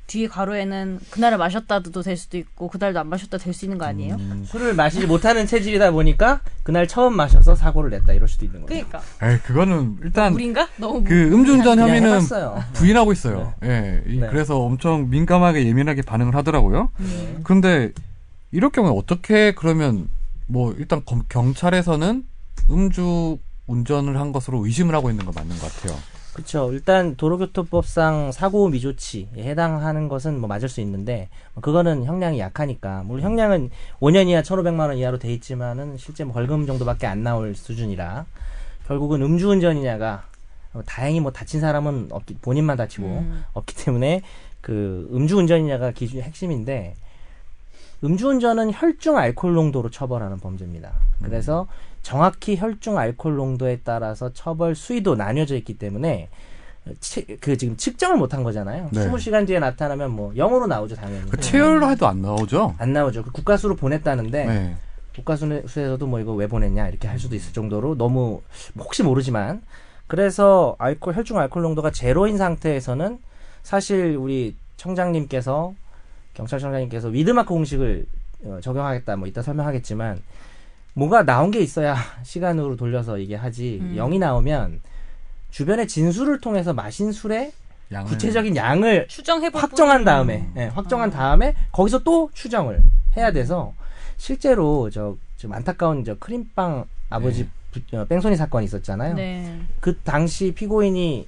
S2: 뒤에 괄호에는 그날을 마셨다도 될 수도 있고 그날도 안 마셨다 될 수 있는 거 아니에요?
S8: 음,
S4: 술을 마시지 못하는 체질이다 보니까 그날 처음 마셔서 사고를 냈다 이럴 수도 있는 거예요.
S2: 그러니까
S8: 에이, 그거는 일단
S2: 우린가 너무
S8: 그 음주운전
S4: 그냥
S8: 혐의는
S4: 해봤어요.
S8: 부인하고 있어요. 예. 이-
S4: 네.
S8: 그래서 엄청 민감하게 예민하게 반응을 하더라고요.
S4: 음.
S8: 그런데 이럴 경우에 어떻게 그러면 뭐 일단 검- 경찰에서는 음주 운전을 한 것으로 의심을 하고 있는 거 맞는 것 같아요.
S4: 그렇죠. 일단 도로교통법상 사고 미조치에 해당하는 것은 뭐 맞을 수 있는데 그거는 형량이 약하니까 물론 형량은 5년 이하 1,500만 원 이하로 돼 있지만은 실제 뭐 벌금 정도밖에 안 나올 수준이라 결국은 음주운전이냐가 어, 다행히 뭐 다친 사람은 없기 본인만 다치고
S2: 음.
S4: 없기 때문에 그 음주운전이냐가 기준 핵심인데 음주운전은 혈중 알코올 농도로 처벌하는 범죄입니다. 그래서
S8: 음.
S4: 정확히 혈중 알코올 농도에 따라서 처벌 수위도 나뉘어져 있기 때문에 치- 그 지금 측정을 못한 거잖아요.
S8: 네.
S4: 20시간 뒤에 나타나면 뭐 0으로 나오죠 당연히.
S8: 그 체열로 해도 안 나오죠.
S4: 안 나오죠. 그 국가수로 보냈다는데
S8: 네.
S4: 국가수에서도 뭐 이거 왜 보냈냐 이렇게 할 수도 있을 정도로 너무 혹시 모르지만 그래서 알코올 혈중 알코올 농도가 제로인 상태에서는 사실 우리 청장님께서 경찰청장님께서 위드마크 공식을 어, 적용하겠다 뭐 이따 설명하겠지만 뭔가 나온 게 있어야 [LAUGHS] 시간으로 돌려서 이게 하지
S2: 음.
S4: 영이 나오면 주변의 진술을 통해서 마신 술의
S1: 아,
S8: 양을.
S4: 구체적인 양을
S2: 추정해 볼
S4: 확정한 다음에 예, 확정한 다음에 거기서 또 추정을 해야 돼서 실제로 저 좀 안타까운 저 크림빵 아버지
S8: 네.
S4: 부- 어, 뺑소니 사건이 있었잖아요.
S2: 네.
S4: 그 당시 피고인이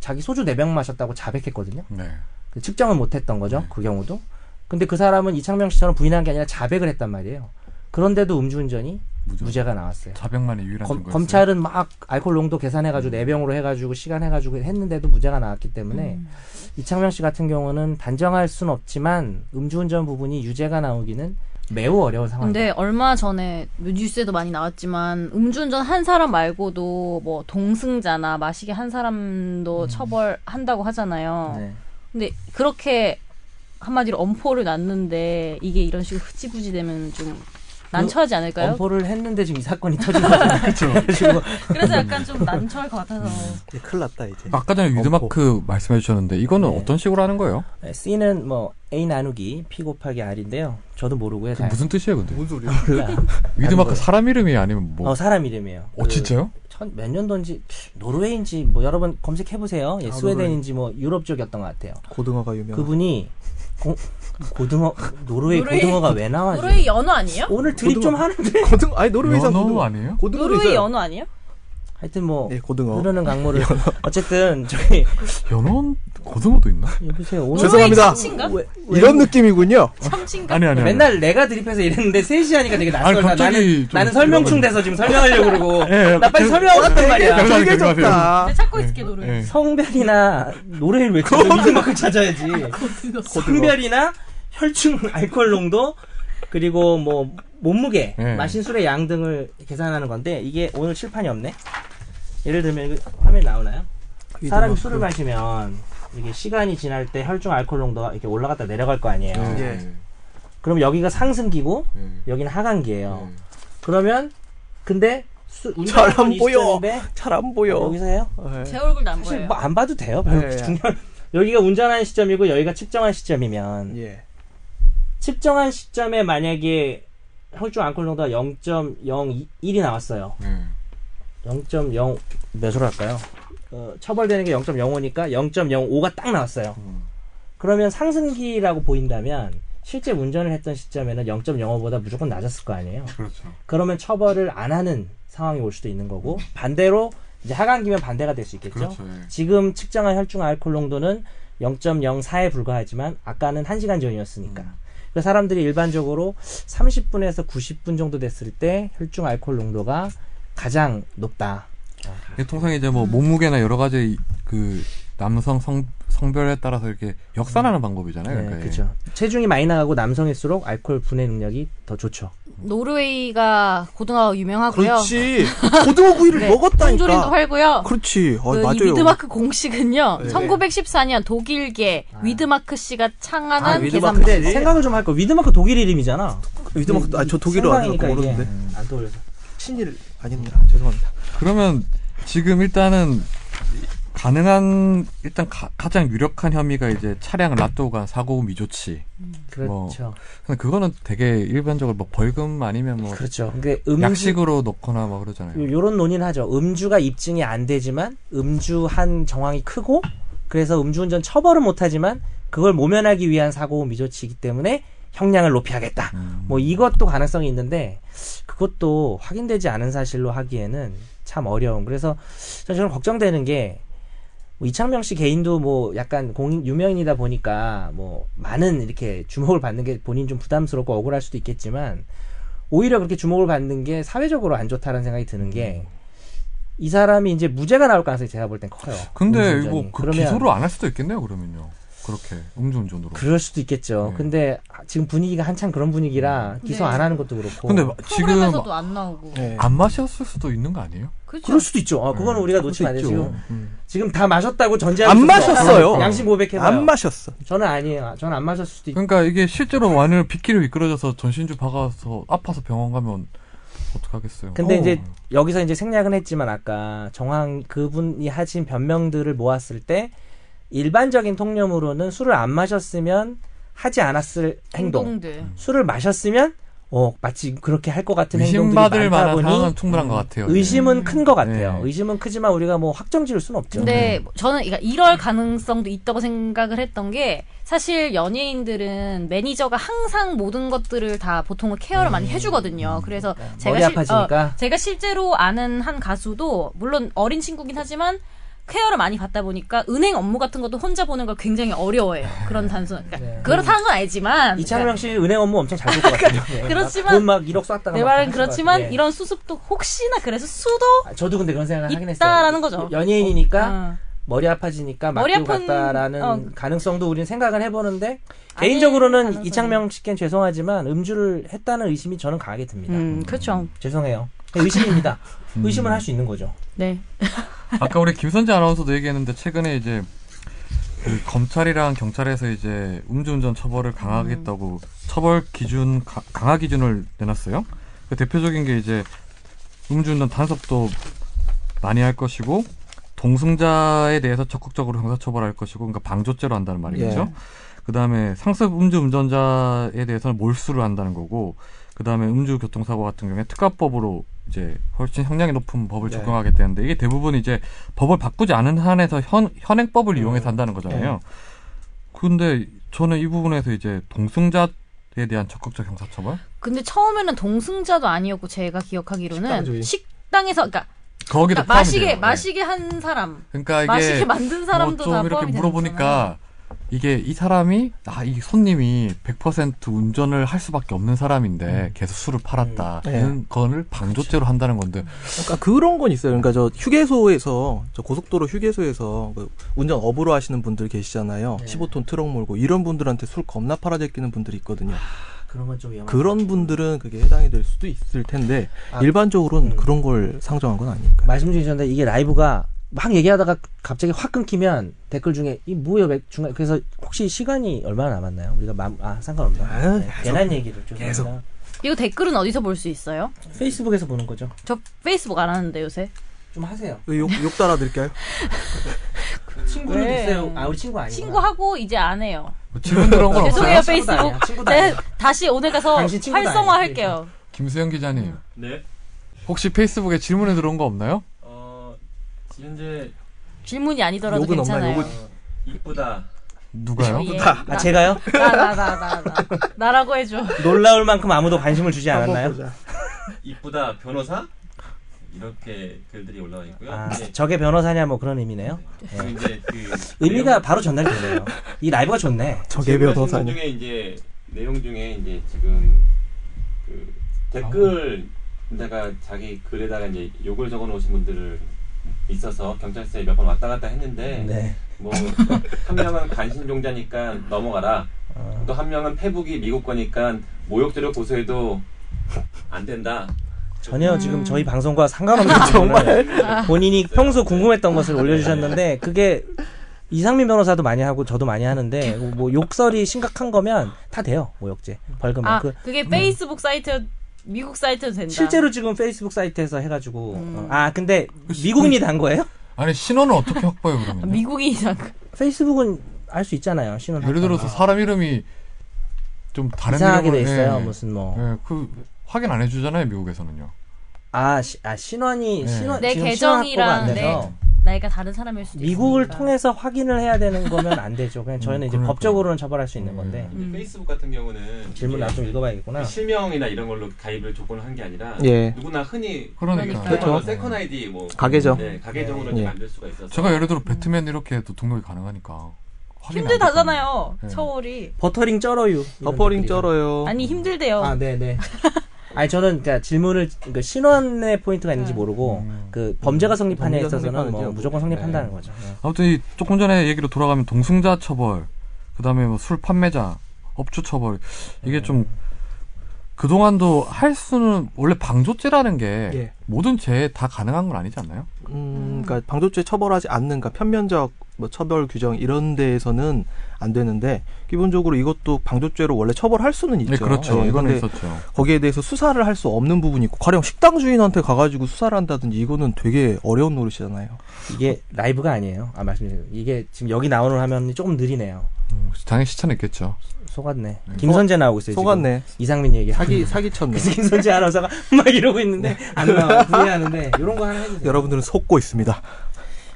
S4: 자기 소주 네 병 마셨다고 자백했거든요.
S8: 네.
S4: 그 측정을 못했던 거죠. 그 경우도. 근데 그 사람은 이창명 씨처럼 부인한 게 아니라 자백을 했단 말이에요. 그런데도 음주운전이
S8: 무조.
S4: 무죄가 나왔어요.
S8: 자백만의 유일한
S4: 검,
S8: 네. 증거였어요. 음.
S4: 검찰은 막 알코올 농도 계산해가지고 네 병으로 해가지고 시간 해가지고 했는데도 무죄가 나왔기
S8: 음.
S4: 때문에
S2: 음.
S4: 이창명 씨 같은 경우는 단정할 순 없지만 음주운전 부분이 유죄가 나오기는 매우 어려운 상황입니다.
S2: 근데 얼마 전에 뭐 뉴스에도 많이 나왔지만 음주운전 한 사람 말고도 뭐 동승자나 마시게 한 사람도 처벌한다고 하잖아요.
S4: 음. 네.
S2: 근데 그렇게 한마디로 엄포를 놨는데 이게 이런 식으로 흐지부지 되면 좀 난처하지 않을까요?
S4: 엄포를 했는데 지금 이 사건이 터진 거잖아요.
S8: 그렇죠.
S4: [LAUGHS] 그래가지고
S2: 그래서 약간 좀 난처할 것 같아서
S3: 이제 큰일 났다 이제.
S8: 아까 전에 위드마크 말씀해 주셨는데 이거는
S4: 네.
S8: 어떤 식으로 하는 거예요?
S4: C는 뭐 A 나누기 P 곱하기 R인데요. 저도 모르고요.
S8: 그
S4: 잘.
S8: 무슨 뜻이에요, 근데?
S3: 소리야?
S8: 위드마크
S4: 네. 아니, 뭐
S8: 사람 이름이 아니면 뭐?
S4: 어, 사람 이름이에요.
S8: 어, 진짜요?
S4: 천몇 년도인지 노르웨이인지 뭐 여러분 검색해 보세요. 예,
S3: 아,
S4: 스웨덴인지 뭐 유럽 쪽이었던 것 같아요.
S3: 고등어가 유명. 한
S4: 그분이 고, 고등어 노르웨이,
S2: 노르웨이-
S4: 고등어가 왜 나와요?
S2: 노르웨이 연어 아니에요?
S4: 오늘 드립
S3: 고등어.
S4: 좀 하는데
S3: 고등 아니 노르웨이산
S8: 연어
S3: 고등어
S8: 아니에요?
S3: 고등어
S2: 노르웨이 연어 아니에요?
S4: 하여튼 뭐
S8: 네,
S3: 예, 고등어.
S4: 흐르는 강물을 어쨌든 저기
S8: 연어 고등어도 있나?
S4: 여보세요 오늘
S3: 죄송합니다. 어,
S2: 노르웨이 참치인가?
S4: 왜- 왜-
S3: 이런 느낌이군요.
S2: 참치인가?
S8: 아니 아니. 아니.
S4: 맨날 내가 드립해서 이랬는데 셋이 하니까 되게 낯설다.
S8: 아니, 갑자기 좀
S4: 나는 나는 설명충 돼서 지금 설명하려고
S1: [LAUGHS]
S4: 그러고
S1: 네,
S8: 예, 예.
S4: 나 빨리 네,
S8: 그-
S4: 설명하고 싶단 말이야.
S8: 죄송합니다.
S3: 되게
S8: 죄송합니다.
S3: 좋다.
S2: 내가 찾고 있을게 노르웨이. [LAUGHS]
S8: 예.
S4: 성별이나 노래를 왜 찾아 위드마크 찾아야지. 성별이나 혈중 알코올 농도 그리고 뭐 몸무게
S8: 예.
S4: 마신 술의 양 등을 계산하는 건데 이게 오늘 칠판이 없네. 예를 들면 이거 화면 나오나요? 사람이 술을 마시면 이게 시간이 지날 때 혈중 알코올 농도가 이렇게 올라갔다 내려갈 거 아니에요.
S8: 예.
S3: 예.
S4: 그럼 여기가 상승기고
S3: 음.
S8: 예.
S4: 여기는 하강기예요.
S8: 예.
S4: 그러면 근데
S3: [LAUGHS]
S4: 수-
S3: 잘안
S4: 운전면허
S3: 보여.
S4: 있었는데
S3: 잘 안 보여.
S4: 여기서 해요?
S2: 제 얼굴도 안
S4: 사실
S2: 보여요.
S4: 뭐 안 봐도 돼요. 별로
S3: 예, 예.
S4: 중요한 [LAUGHS] 여기가 운전한 시점이고 여기가 측정한 시점이면
S3: 예.
S4: 측정한 시점에 만약에 혈중 알코올 농도가 0.01이 나왔어요.
S8: 예.
S4: 0.0 몇으로 할까요? 어, 처벌되는 게 0.05니까 0.05가 딱 나왔어요.
S9: 음.
S4: 그러면 상승기라고 보인다면 실제 운전을 했던 시점에는 0.05보다 무조건 낮았을 거 아니에요.
S9: 그렇죠.
S4: 그러면 처벌을 안 하는 상황이 올 수도 있는 거고 반대로 이제 하강기면 반대가 될 수 있겠죠.
S9: 그렇죠. 예.
S4: 지금 측정한 혈중 알코올 농도는 0.04에 불과하지만 아까는 1시간 전이었으니까.
S3: 음.
S4: 그 사람들이 일반적으로 30분에서 90분 정도 됐을 때 혈중 알코올 농도가 가장 높다.
S1: 이게 통상 이제 뭐 몸무게나 여러 가지 그 남성 성 성별에 따라서 이렇게 역산하는 방법이잖아요.
S4: 네,
S1: 그러니까 예.
S4: 그죠. 체중이 많이 나가고 남성일수록 알코올 분해 능력이 더 좋죠.
S2: 노르웨이가 고등어 유명하고요.
S3: 그렇지. 고등어 구이를
S2: 네, 통조림도
S3: 먹었다니까.
S2: 팔고요.
S3: 그렇지. 어,
S2: 그, 이
S3: 맞아요.
S2: 위드마크 공식은요.
S3: 네.
S2: 1914년 독일계 위드마크 씨가
S3: 아,
S2: 창안한
S3: 위드마크
S2: 계산법.
S3: 네.
S4: 생각을 좀 할까. 위드마크 독일 이름이잖아.
S3: 위드마크. 아, 저 독일어 아니까
S4: 생방이니까 이게
S3: 모르는데.
S4: 안 떠올려서.
S3: 친일 아닙니다. 죄송합니다.
S1: 그러면 지금 일단은 가능한 일단 가, 장 유력한 혐의가 이제 차량 라또간 사고 미조치.
S4: 그렇죠.
S1: 근데 그거는 되게 일반적으로 뭐 벌금 아니면 뭐
S4: 그렇죠. 그게 음주 음.
S1: 약식으로 넣거나 막 그러잖아요.
S4: 요- 요런 논의는 하죠. 음주가 입증이 안 되지만 음주한 정황이 크고 그래서 음주운전 처벌은 못하지만 그걸 모면하기 위한 사고 미조치이기 때문에 형량을 높이하겠다.
S1: 음.
S4: 뭐 이것도 가능성이 있는데 그것도 확인되지 않은 사실로 하기에는 참 어려운. 그래서 저는 저는 걱정되는 게 뭐 이창명 씨 개인도 뭐 약간 공인 유명인이다 보니까 뭐 많은 이렇게 주목을 받는 게 본인 좀 부담스럽고 억울할 수도 있겠지만 오히려 그렇게 주목을 받는 게 사회적으로 안 좋다라는 생각이 드는 게
S1: 음.
S4: 이 사람이 이제 무죄가 나올 가능성이 제가 볼 땐 커요.
S1: 근데
S4: 음주운전이.
S1: 이거 그
S4: 그러면
S1: 기소를 안 할 수도 있겠네요. 그러면요. 그렇게 음주운전으로.
S4: 그럴 수도 있겠죠.
S1: 네. 음.
S4: 근데 아, 지금 분위기가 한참 그런 분위기라 기소
S10: 네.
S4: 안 하는 것도 그렇고.
S1: 근데 지금
S10: 프로그램에서도 안 나오고.
S3: 네.
S1: 안 마셨을 수도 있는 거 아니에요?
S10: 그렇죠.
S4: 그럴 수도 있죠. 아, 그거는
S1: 네.
S4: 우리가 놓치면 안 돼요.
S1: 그럴 수 있죠.
S4: 지금
S3: 음.
S4: 지금 다 마셨다고 전제하고
S3: 안
S4: 있어서
S3: 마셨어요.
S4: 양심 500 해봐요.
S3: 안 마셨어.
S4: 저는 아니에요. 저는 안 마셨을
S2: 음.
S4: 수도 있고.
S1: 그러니까 이게 실제로 완을 빗기를 미끄러져서 전신주 박아서 아파서 병원 가면 어떡하겠어요.
S4: 근데
S1: 어.
S4: 이제 여기서 이제 생략은 했지만 아까 정황 그분이 하신 변명들을 모았을 때 일반적인 통념으로는 술을 안 마셨으면 하지 않았을 행동,
S10: 행동들.
S4: 술을 마셨으면 어 마치 그렇게 할 것 같은 행동들이
S1: 의심받을
S4: 많다
S1: 만한
S4: 보니 음,
S1: 상황은 충분한 것 같아요.
S4: 의심은 큰 것 같아요.
S1: 네.
S4: 의심은 크지만 우리가 뭐 확정 지을 수는 없죠. 네.
S2: 근데 뭐 저는 그러니까 이럴 가능성도 있다고 생각을 했던 게 사실 연예인들은 매니저가 항상 모든 것들을 다 보통은 케어를 많이 해주거든요. 그래서 제가
S4: 음. 네. 머리
S2: 실-
S4: 아파지니까.
S2: 어, 제가 실제로 아는 한 가수도 물론 어린 친구긴 하지만 케어를 많이 받다 보니까 은행 업무 같은 것도 혼자 보는 걸 굉장히 어려워해요. 그런 단순. 그러니까 그렇다는 건 알지만
S4: 네. 이창명 씨 은행 업무 엄청 잘 볼 것 같아요. 예, 막
S2: [LAUGHS] 그렇지만-
S4: 돈막 1억 쐈다가
S2: 그러니까 내
S4: 막
S2: 말은
S4: 하실 것
S2: 그렇지만
S4: 같아요. 예.
S2: 이런 수습도 혹시나 그래서 수도
S4: 아, 저도 근데 그런 생각을 하긴 했어요.
S2: 있다라는 거죠.
S4: 연예인이니까
S2: 어.
S4: 머리 아파지니까
S2: 머리
S4: 맡기고
S2: 아픈-
S4: 갔다라는
S2: 어.
S4: 가능성도 우리는 생각을 해보는데
S2: 아닐
S4: 개인적으로는
S2: 가능성이-
S4: 이창명 씨께는 죄송하지만 음주를 했다는 의심이 저는 강하게 듭니다.
S2: 음, 그렇죠.
S4: 죄송해요.
S3: [LAUGHS]
S4: 의심입니다.
S3: 음.
S4: 의심을 할 수 있는 거죠.
S2: 네.
S1: 아까 우리 김선재 아나운서도 얘기했는데 최근에 이제 그 검찰이랑 경찰에서 이제 음주운전 처벌을 강화하겠다고 처벌 기준 가- 강화 기준을 내놨어요. 그 대표적인 게 이제 음주운전 단속도 많이 할 것이고 동승자에 대해서 적극적으로 형사처벌할 것이고 그러니까 방조죄로 한다는 말이겠죠. 그다음에 상습 음주 운전자에 대해서는 몰수를 한다는 거고 그다음에 음주 교통사고 같은 경우에 특가법으로 이제 훨씬 형량이 높은 법을
S3: 네.
S1: 적용하게 되는데 이게 대부분 이제 법을 바꾸지 않은 한에서 현 현행법을 이용해서 한다는 거잖아요. 근데 저는 이 부분에서 이제 동승자에 대한 적극적 형사처벌
S2: 근데 처음에는 동승자도 아니었고 제가 기억하기로는
S3: 식당주의.
S2: 식당에서 그러니까
S1: 거기도
S2: 그러니까
S1: 포함이
S2: 마시게
S4: 네.
S1: 돼요. 예.
S2: 마시게 한 사람
S1: 그러니까 이게
S2: 마시게 만든 사람도
S1: 뭐좀
S2: 다
S1: 이렇게
S2: 포함이 되는
S1: 물어보니까 이게 이 사람이 아 이 손님이 100% 운전을 할 수밖에 없는 사람인데 계속 술을 팔았다.
S3: 음.
S1: 이런 거를 방조죄로 한다는 건데
S3: 그러니까 그런 건 있어요. 그러니까 저 휴게소에서 저 고속도로 휴게소에서 그 운전 업으로 하시는 분들 계시잖아요. 15톤 트럭 몰고 이런 분들한테 술 겁나 팔아제끼는 분들이 있거든요.
S4: 그런 건 좀 위험한.
S3: 그런 분들은 그게 해당이 될 수도 있을 텐데
S4: 아,
S3: 일반적으로는
S4: 음.
S3: 그런 걸 상정한 건 아니니까.
S4: 말씀 주셨는데 이게 라이브가 막 얘기하다가 갑자기 확 끊기면 댓글 중에 이 뭐야 왜 중간 그래서 혹시 시간이 얼마나 남았나요? 우리가 맘, 아 상관없나?
S3: 아,
S4: 네,
S3: 계속.
S4: 괜한 얘기를 좀
S3: 계속.
S4: 합니다.
S2: 이거 댓글은 어디서 볼 수 있어요?
S4: 페이스북에서 보는 거죠.
S2: 저 페이스북 안 하는데 요새.
S4: 좀 하세요.
S3: 그 욕, 욕 달아드릴까요?
S4: 친구는
S2: 왜?
S4: 있어요. 아 우리 친구 아니에요.
S2: 친구하고 이제 안 해요.
S1: 뭐 질문 들어온
S2: [LAUGHS]
S1: 건 없어요?
S2: 죄송해요
S4: 친구도 아니야,
S2: 페이스북.
S4: 친구도
S2: 제
S4: 아니야.
S2: 다시 오늘 가서
S4: 당신 친구도 아니야,
S2: 활성화할게요.
S1: 김수영 기자님.
S9: 네.
S1: 혹시 페이스북에 질문에 들어온 거 없나요?
S11: 어, 현재
S2: 질문이 아니더라도
S3: 욕은 없나,
S2: 괜찮아요.
S3: 욕은-
S11: 이쁘다.
S1: 누가요?
S2: 예.
S4: 아 제가요?
S2: 나나 나 나 나 [LAUGHS] 나라고 해줘.
S4: 놀라울 만큼 아무도 관심을 주지 않았나요?
S11: 이쁘다 변호사 이렇게 글들이 올라와 있고요.
S4: 아,
S11: 네.
S4: 저게 변호사냐 뭐 그런 의미네요.
S11: 그리고 이제 그
S4: 의미가 바로 전달이 되네요. 이 라이브가 좋네.
S3: 저게
S11: 질문하신
S3: 변호사님.
S11: 분 중에 이제 내용 중에 이제 지금 그 댓글다가 자기 글에다가 이제 욕을 적어 놓으신 분들을 있어서 경찰서에 몇 번 왔다 갔다 했는데
S4: 네.
S11: 뭐 한 명은 간신종자니까 넘어가라. 또 한 명은 페북이 미국 거니까 모욕죄로 고소해도 안 된다.
S4: 전혀 지금 저희 방송과 상관없는
S1: 아,
S4: 정말 본인이 평소 궁금했던 것을 올려주셨는데 그게 이상민 변호사도 많이 하고 저도 많이 하는데 뭐 욕설이 심각한 거면 다 돼요 모욕죄 벌금
S2: 아
S4: 그
S2: 그게 페이스북 사이트 미국 사이트도 된다.
S4: 실제로 지금 페이스북 사이트에서 해가지고 어, 아 근데 미국인이 단 거예요?
S1: 아니 신원은 어떻게 확보해요
S2: 아,
S1: 그러면?
S4: [LAUGHS]
S2: 미국인이잖아.
S4: 페이스북은 알 수 있잖아요 신원
S1: 예를 들어서 사람 이름이 좀 다른
S4: 이상하게 돼
S1: 이름으로-
S4: 있어요
S3: 네.
S1: 예.
S4: 무슨 뭐
S1: 예, 그 확인 안 해주잖아요 미국에서는요.
S4: 아, 시- 아 신원이
S1: 네.
S4: 신원
S2: 내
S4: 지금
S2: 계정이랑
S4: 신원 확보가 안 돼서
S2: 나이가 다른 사람일 수도
S4: 미국을
S2: 있으니까.
S4: 통해서 확인을 해야 되는 거면 안 되죠. 그냥 저희는 이제
S1: 그러니까요.
S4: 법적으로는 처벌할 수
S3: 음.
S4: 있는 건데
S11: 근데 그
S2: 음.
S11: 페이스북 같은 경우는
S4: 질문
S11: 이게
S4: 나좀 읽어봐야겠구나.
S11: 실명이나 이런 걸로 가입을 조건을 한 게 아니라
S3: 예.
S11: 누구나 흔히
S1: 그러니까.
S11: 그렇죠.
S1: 네.
S11: 세컨 아이디 뭐
S3: 가계정.
S11: 네, 가계정으로
S3: 예.
S11: 예. 만들 수가 있어서
S1: 그 제가 예를 들어 배트맨 이렇게 해도 등록이 가능하니까. 확인 안
S2: 힘들다잖아요.
S1: 네.
S2: 서울이
S4: 버터링 쩔어유.
S3: 버퍼링 쩔어요.
S2: 아니 힘들대요.
S4: 아, 네, [LAUGHS] 네. 아니 저는 그러니까 질문을 그 신원의 포인트가
S2: 음.
S4: 있는지 모르고 그 범죄가 성립하냐에
S3: 음. 범죄가
S4: 있어서는 뭐
S3: 성립하는지요.
S4: 무조건 성립한다는 거죠. 네.
S1: 아무튼 이 조금 전에 얘기로 돌아가면 동승자 처벌, 그다음에 뭐 술 판매자, 업주 처벌 이게 좀 그동안도 할 수는 원래 방조죄라는 게
S3: 예.
S1: 모든 죄에 다 가능한 건 아니지 않나요?
S3: 음, 그러니까 방조죄 처벌하지 않는, 그 편면적 뭐 처벌 규정 이런 데에서는 안 되는데 기본적으로 이것도 방조죄로 원래 처벌할 수는 있죠.
S1: 네, 그렇죠.
S3: 예,
S1: 이거는
S3: 근데
S1: 있었죠.
S3: 거기에 대해서 수사를 할 수 없는 부분이 있고 가령 식당 주인한테 가가지고 수사를 한다든지 이거는 되게 어려운 노릇이잖아요.
S4: 이게 라이브가 아니에요. 아 말씀드린 이게 지금 여기 나오는 화면이 조금 느리네요.
S1: 음, 당연히 시차는 있겠죠.
S4: 속았네. 김선재 나오고 있어요. 지금.
S3: 속았네.
S4: 이상민 얘기.
S1: 음.
S3: 사기 사기 쳤네. [LAUGHS]
S4: 그래서 김선재 아나운서가 [LAUGHS] 막 이러고 있는데 안 나와 분해하는데 이런 거 하나 해주세요.
S3: 여러분들은 속고 있습니다.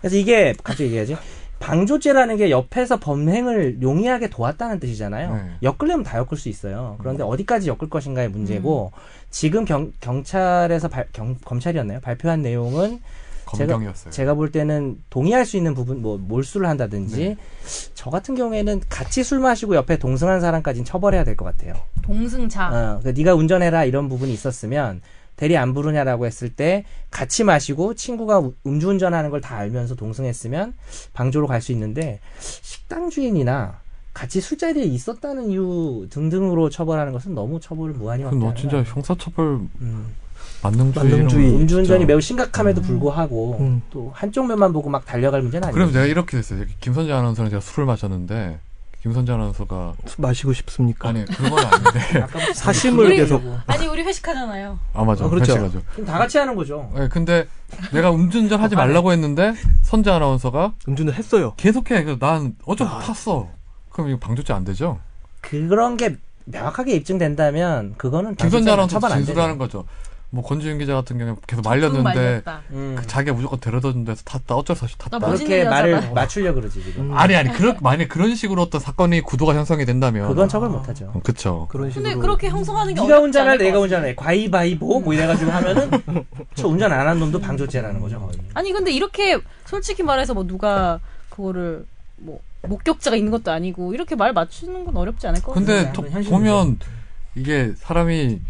S4: 그래서 이게 갑자기 얘기하지. 방조죄라는 게 옆에서 범행을 용이하게 도왔다는 뜻이잖아요.
S1: 네.
S4: 엮으려면 다 엮을 수 있어요. 그런데 어디까지 엮을 것인가의 문제고 지금 경, 경찰에서 발- 경- 검찰이었나요? 발표한 내용은
S1: 검경이었어요.
S4: 제가 볼 때는 동의할 수 있는 부분 뭐 몰수를 한다든지 저 같은 경우에는 같이 술 마시고 옆에 동승한 사람까지는 처벌해야 될 것 같아요.
S2: 동승자.
S4: 어, 그 네가 운전해라 이런 부분이 있었으면 대리 안 부르냐라고 했을 때 같이 마시고 친구가 우- 음주운전하는 걸 다 알면서 동승했으면 방조로 갈 수 있는데 식당 주인이나 같이 술자리에 있었다는 이유 등등으로 처벌하는 것은 너무 처벌을 무한히
S1: 그럼 너
S4: 확대하는
S1: 진짜
S4: 거야.
S1: 형사처벌
S4: 음.
S1: 만능주의.
S3: 만능주의.
S1: 이런 거
S4: 음주운전이
S1: 진짜.
S4: 매우 심각함에도 불구하고
S3: 음.
S4: 또 한쪽 면만 보고 막 달려갈 문제는 아니에요.
S1: 그럼 내가 이렇게 됐어요. 이렇게 김선재 아나운서랑 제가 술을 마셨는데 김선재 아나운서가
S3: 술 마시고 싶습니까?
S1: 아니 네. 그건
S4: [LAUGHS]
S1: 아닌데
S4: 뭐
S3: 사심을
S2: 우리-
S3: 계속
S2: 아니 우리 회식하잖아요.
S1: 아 맞아
S3: 어, 그렇죠.
S1: 회식하죠.
S4: 그럼 다 같이 하는 거죠.
S1: 예, 근데 내가 음주운전 하지 말라고 했는데 선재 아나운서가
S3: 음주는 했어요.
S1: 계속해. 그래서 난 어쩌고 탔어. 그럼 이거 방조죄 안 되죠?
S4: 그런 게 명확하게 입증된다면 그거는
S1: 김선재
S4: 당사자는
S1: 아나운서
S4: 처벌 안
S1: 진술하는
S4: 되죠.
S1: 거죠. 뭐 권지윤 기자 같은 경우에 계속 말렸는데
S2: 말렸다.
S4: 음.
S1: 그 자기가 무조건 데려다 준 데서 탔다. 어쩔 수 없이 탔다.
S2: 나 멋있는
S4: 그렇게 말을
S2: 여자다.
S4: 맞추려 그러지 지금.
S1: 아니 아니 그런 만약 그런 식으로 어떤 사건이 구도가 형성이 된다면
S4: 그건 처벌 못하죠.
S1: 어, 그쵸.
S3: 그런 식으로.
S2: 근데 그렇게 형성하는 게
S4: 네가
S2: 어렵지 않을
S4: 운전할
S2: 것
S4: 내가
S2: 같아.
S4: 운전해. 과이바이보 뭐 이래가지고 하면은 저 운전 안 한 놈도 방조죄라는 거죠 거의.
S2: 아니 근데 이렇게 솔직히 말해서 뭐 누가 그거를 뭐 목격자가 있는 것도 아니고 이렇게 말 맞추는 건 어렵지 않을 것 같아요.
S1: 근데
S4: 그건
S1: 또
S4: 현실이죠.
S1: 보면 이게 사람이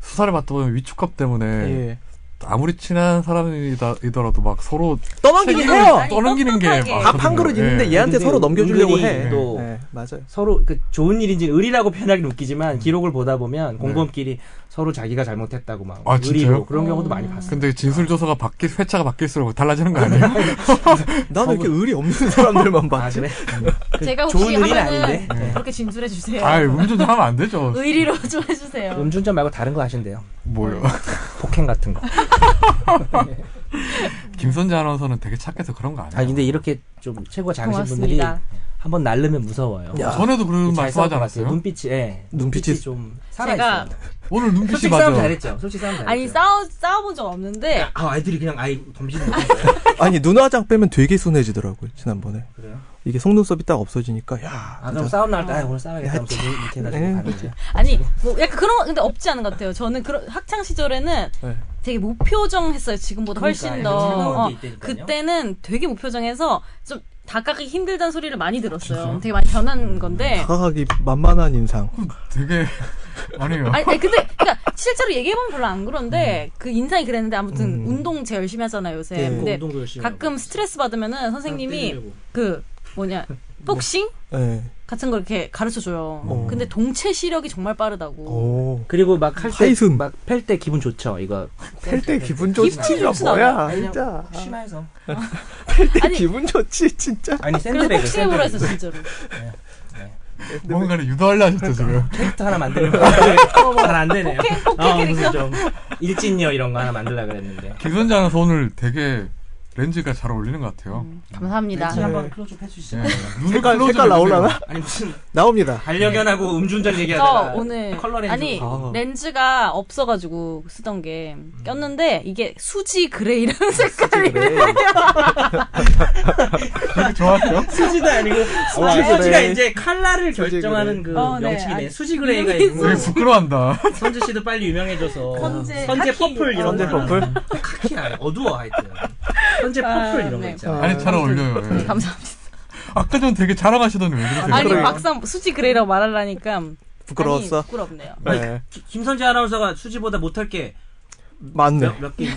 S1: 수사를 받다 보면 위축감 때문에
S3: 예.
S1: 아무리 친한 사람이더라도 막 서로
S3: 떠넘기긴
S1: 책임을
S3: 해요. 아,
S1: 떠넘기는 게
S2: 깜빡해.
S1: 많거든요.
S3: 밥 한 그릇 있는데
S1: 예.
S3: 얘한테
S4: 근데
S3: 서로 넘겨주려고
S4: 은근히
S3: 해.
S4: 또
S3: 예, 맞아요.
S4: 서로 그 좋은 일인지 의리라고 표현하기는
S1: 음.
S4: 웃기지만 기록을 보다 보면 공범끼리 서로 자기가 잘못했다고 막
S1: 네. 아, 진짜요?
S4: 의리로 그런 경우도 많이 봤어요.
S1: 근데 진술 조사가 바뀔 회차가 바뀔수록 달라지는 거 아니에요?
S3: 나는 왜 이렇게 의리 없는 사람들만
S4: 아
S3: 봤지.
S4: 그래? 그
S2: 제가 혹시
S4: 좋은 의리는
S2: 하면은 네.
S4: 아닌데 네. 뭐.
S2: 그렇게 진술해
S3: 네.
S2: 주세요.
S1: 아, 음주운전 하면 안 되죠.
S2: 의리로 [LAUGHS] 좀 해주세요.
S4: 음주운전 말고 다른 거 하신대요.
S1: 뭐요?
S3: 음.
S4: 폭행 같은 거.
S1: 김선재 아나운서는 되게 착해서 그런 거 아니에요?
S4: 아 근데 이렇게 좀 최고 작으신 분들이
S2: 고맙습니다.
S4: 한번 날르면 무서워요.
S3: 야.
S1: 전에도 그런 말씀
S4: 잘
S1: 하지
S4: 싸웠던 것
S1: 않았어요?
S4: 같아요. 눈빛이, 예.
S3: 눈빛이-
S4: 좀 살아있어요.
S1: 오늘 눈빛이
S4: 솔직히
S1: 맞아.
S4: 싸움 잘했죠. 솔직히 싸움 잘했죠.
S2: 아니 싸워
S4: 그렇죠.
S2: 싸워본 적 없는데
S4: 아, 아이들이 그냥 아이
S2: [LAUGHS]
S4: 덤비는 거예요.
S3: 아니 눈화장 빼면 되게 순해지더라고요 지난번에
S4: 그래요?
S3: 이게 속눈썹이 딱 없어지니까 야
S4: 아, 그럼
S3: 진짜
S4: 싸움 날 때, 아, 오늘 싸워야겠다. 하면서 이렇게 해가지고
S3: 예,
S4: 가는
S3: 그치.
S4: 거죠.
S2: 아니 뭐 약간 그런 거 근데 없지 않은 것 같아요. 저는 그런 학창 시절에는
S3: 네.
S2: 되게 무표정했어요. 지금보다 훨씬
S4: 그러니까,
S2: 더
S4: 즐거운
S2: 어,
S4: 게 있다니까요.
S2: 그때는 되게 무표정해서 좀 다가가기 힘들다는 소리를 많이 들었어요. 되게 많이 변한
S4: 음.
S2: 건데.
S3: 다가가기 만만한 인상
S1: 되게 [LAUGHS] 아니에요.
S2: 아니, 아니, 근데 그러니까 실제로 얘기해보면 별로 안
S4: 음.
S2: 그런데 그 인상이 그랬는데 아무튼
S3: 음.
S2: 운동 제가 열심히 하잖아요 요새.
S3: 예.
S2: 근데
S4: 네, 운동도 열심히
S2: 네.
S4: 아, 네.
S2: 가끔 스트레스 받으면은 선생님이 그 뭐냐 복싱
S3: 예.
S2: 같은 걸 이렇게 가르쳐 줘요.
S3: 어.
S2: 근데 동체 시력이 정말
S4: 어.
S2: 빠르다고.
S3: 오.
S4: 그리고 막 할 때
S3: 파이슨.
S4: 막 펠 때 기분 좋죠. 이거
S3: 팰때 기분
S2: 음. 기분
S3: 좋지가
S2: 좋진
S3: 뭐야
S2: 않아요.
S3: 진짜
S4: 심해서
S3: 팰때
S2: 아니-
S3: 기분 좋지 진짜
S4: 아니
S2: 그래서
S4: 샌드백을
S2: 복싱으로 해서 진짜로.
S1: 뭔가를 유도하려 하셨죠 지금.
S2: [LAUGHS]
S4: 캐릭터 하나 만드는 거잘안 되네요.
S2: 포켓
S4: 어,
S2: 캐릭터.
S4: 무슨 좀 일진녀 이런 거 하나 만들려 그랬는데.
S1: 김선재 아나운서 오늘 되게 렌즈가 잘 어울리는 것 같아요.
S2: 음. 감사합니다.
S4: 렌즈 한번 클로즈업 해주시죠.
S1: 눈을
S3: 색깔
S1: 클로즈업
S3: 색깔 나오려나
S4: 네. 아니 무슨
S3: 나옵니다
S4: 반려견하고 음주운전 얘기하다가
S2: 저 어, 오늘
S4: 컬러 렌즈
S2: 아니
S3: 아.
S2: 렌즈가 없어가지고 쓰던 게 꼈는데 이게 수지 그레이라는 [LAUGHS] 색깔이에요. [LAUGHS]
S1: 되게 좋았죠.
S4: 수지도 아니고
S3: 수지
S4: 수지 수지가
S3: 그레이.
S4: 이제 컬러를 결정하는 그
S2: 어, 네.
S4: 명칭이네.
S2: 아니,
S4: 수지 그레이가
S2: 이름이
S4: 있고
S1: 되게 부끄러워한다.
S2: 네.
S4: 선재 씨도 빨리 유명해져서
S2: 선재, 카키.
S4: 퍼플 이런
S3: 선재
S4: 거 하나.
S3: 퍼플?
S4: 카키 아니 어두워 하여튼 선재
S2: 아,
S4: 퍼플 이런 거
S2: 네.
S4: 있잖아.
S1: 아니 잘 어울려요. 예.
S2: 감사합니다.
S1: 아까 전 되게 자랑하시던데 왜 그러세요?
S2: 네. 아니
S3: 그래요.
S2: 막상 수지 그레이라고 말하려니까
S3: 부끄러웠어
S2: 아니, 부끄럽네요.
S3: 네.
S4: 김선재 아나운서가 수지보다 못할 게
S3: 맞네
S4: 몇개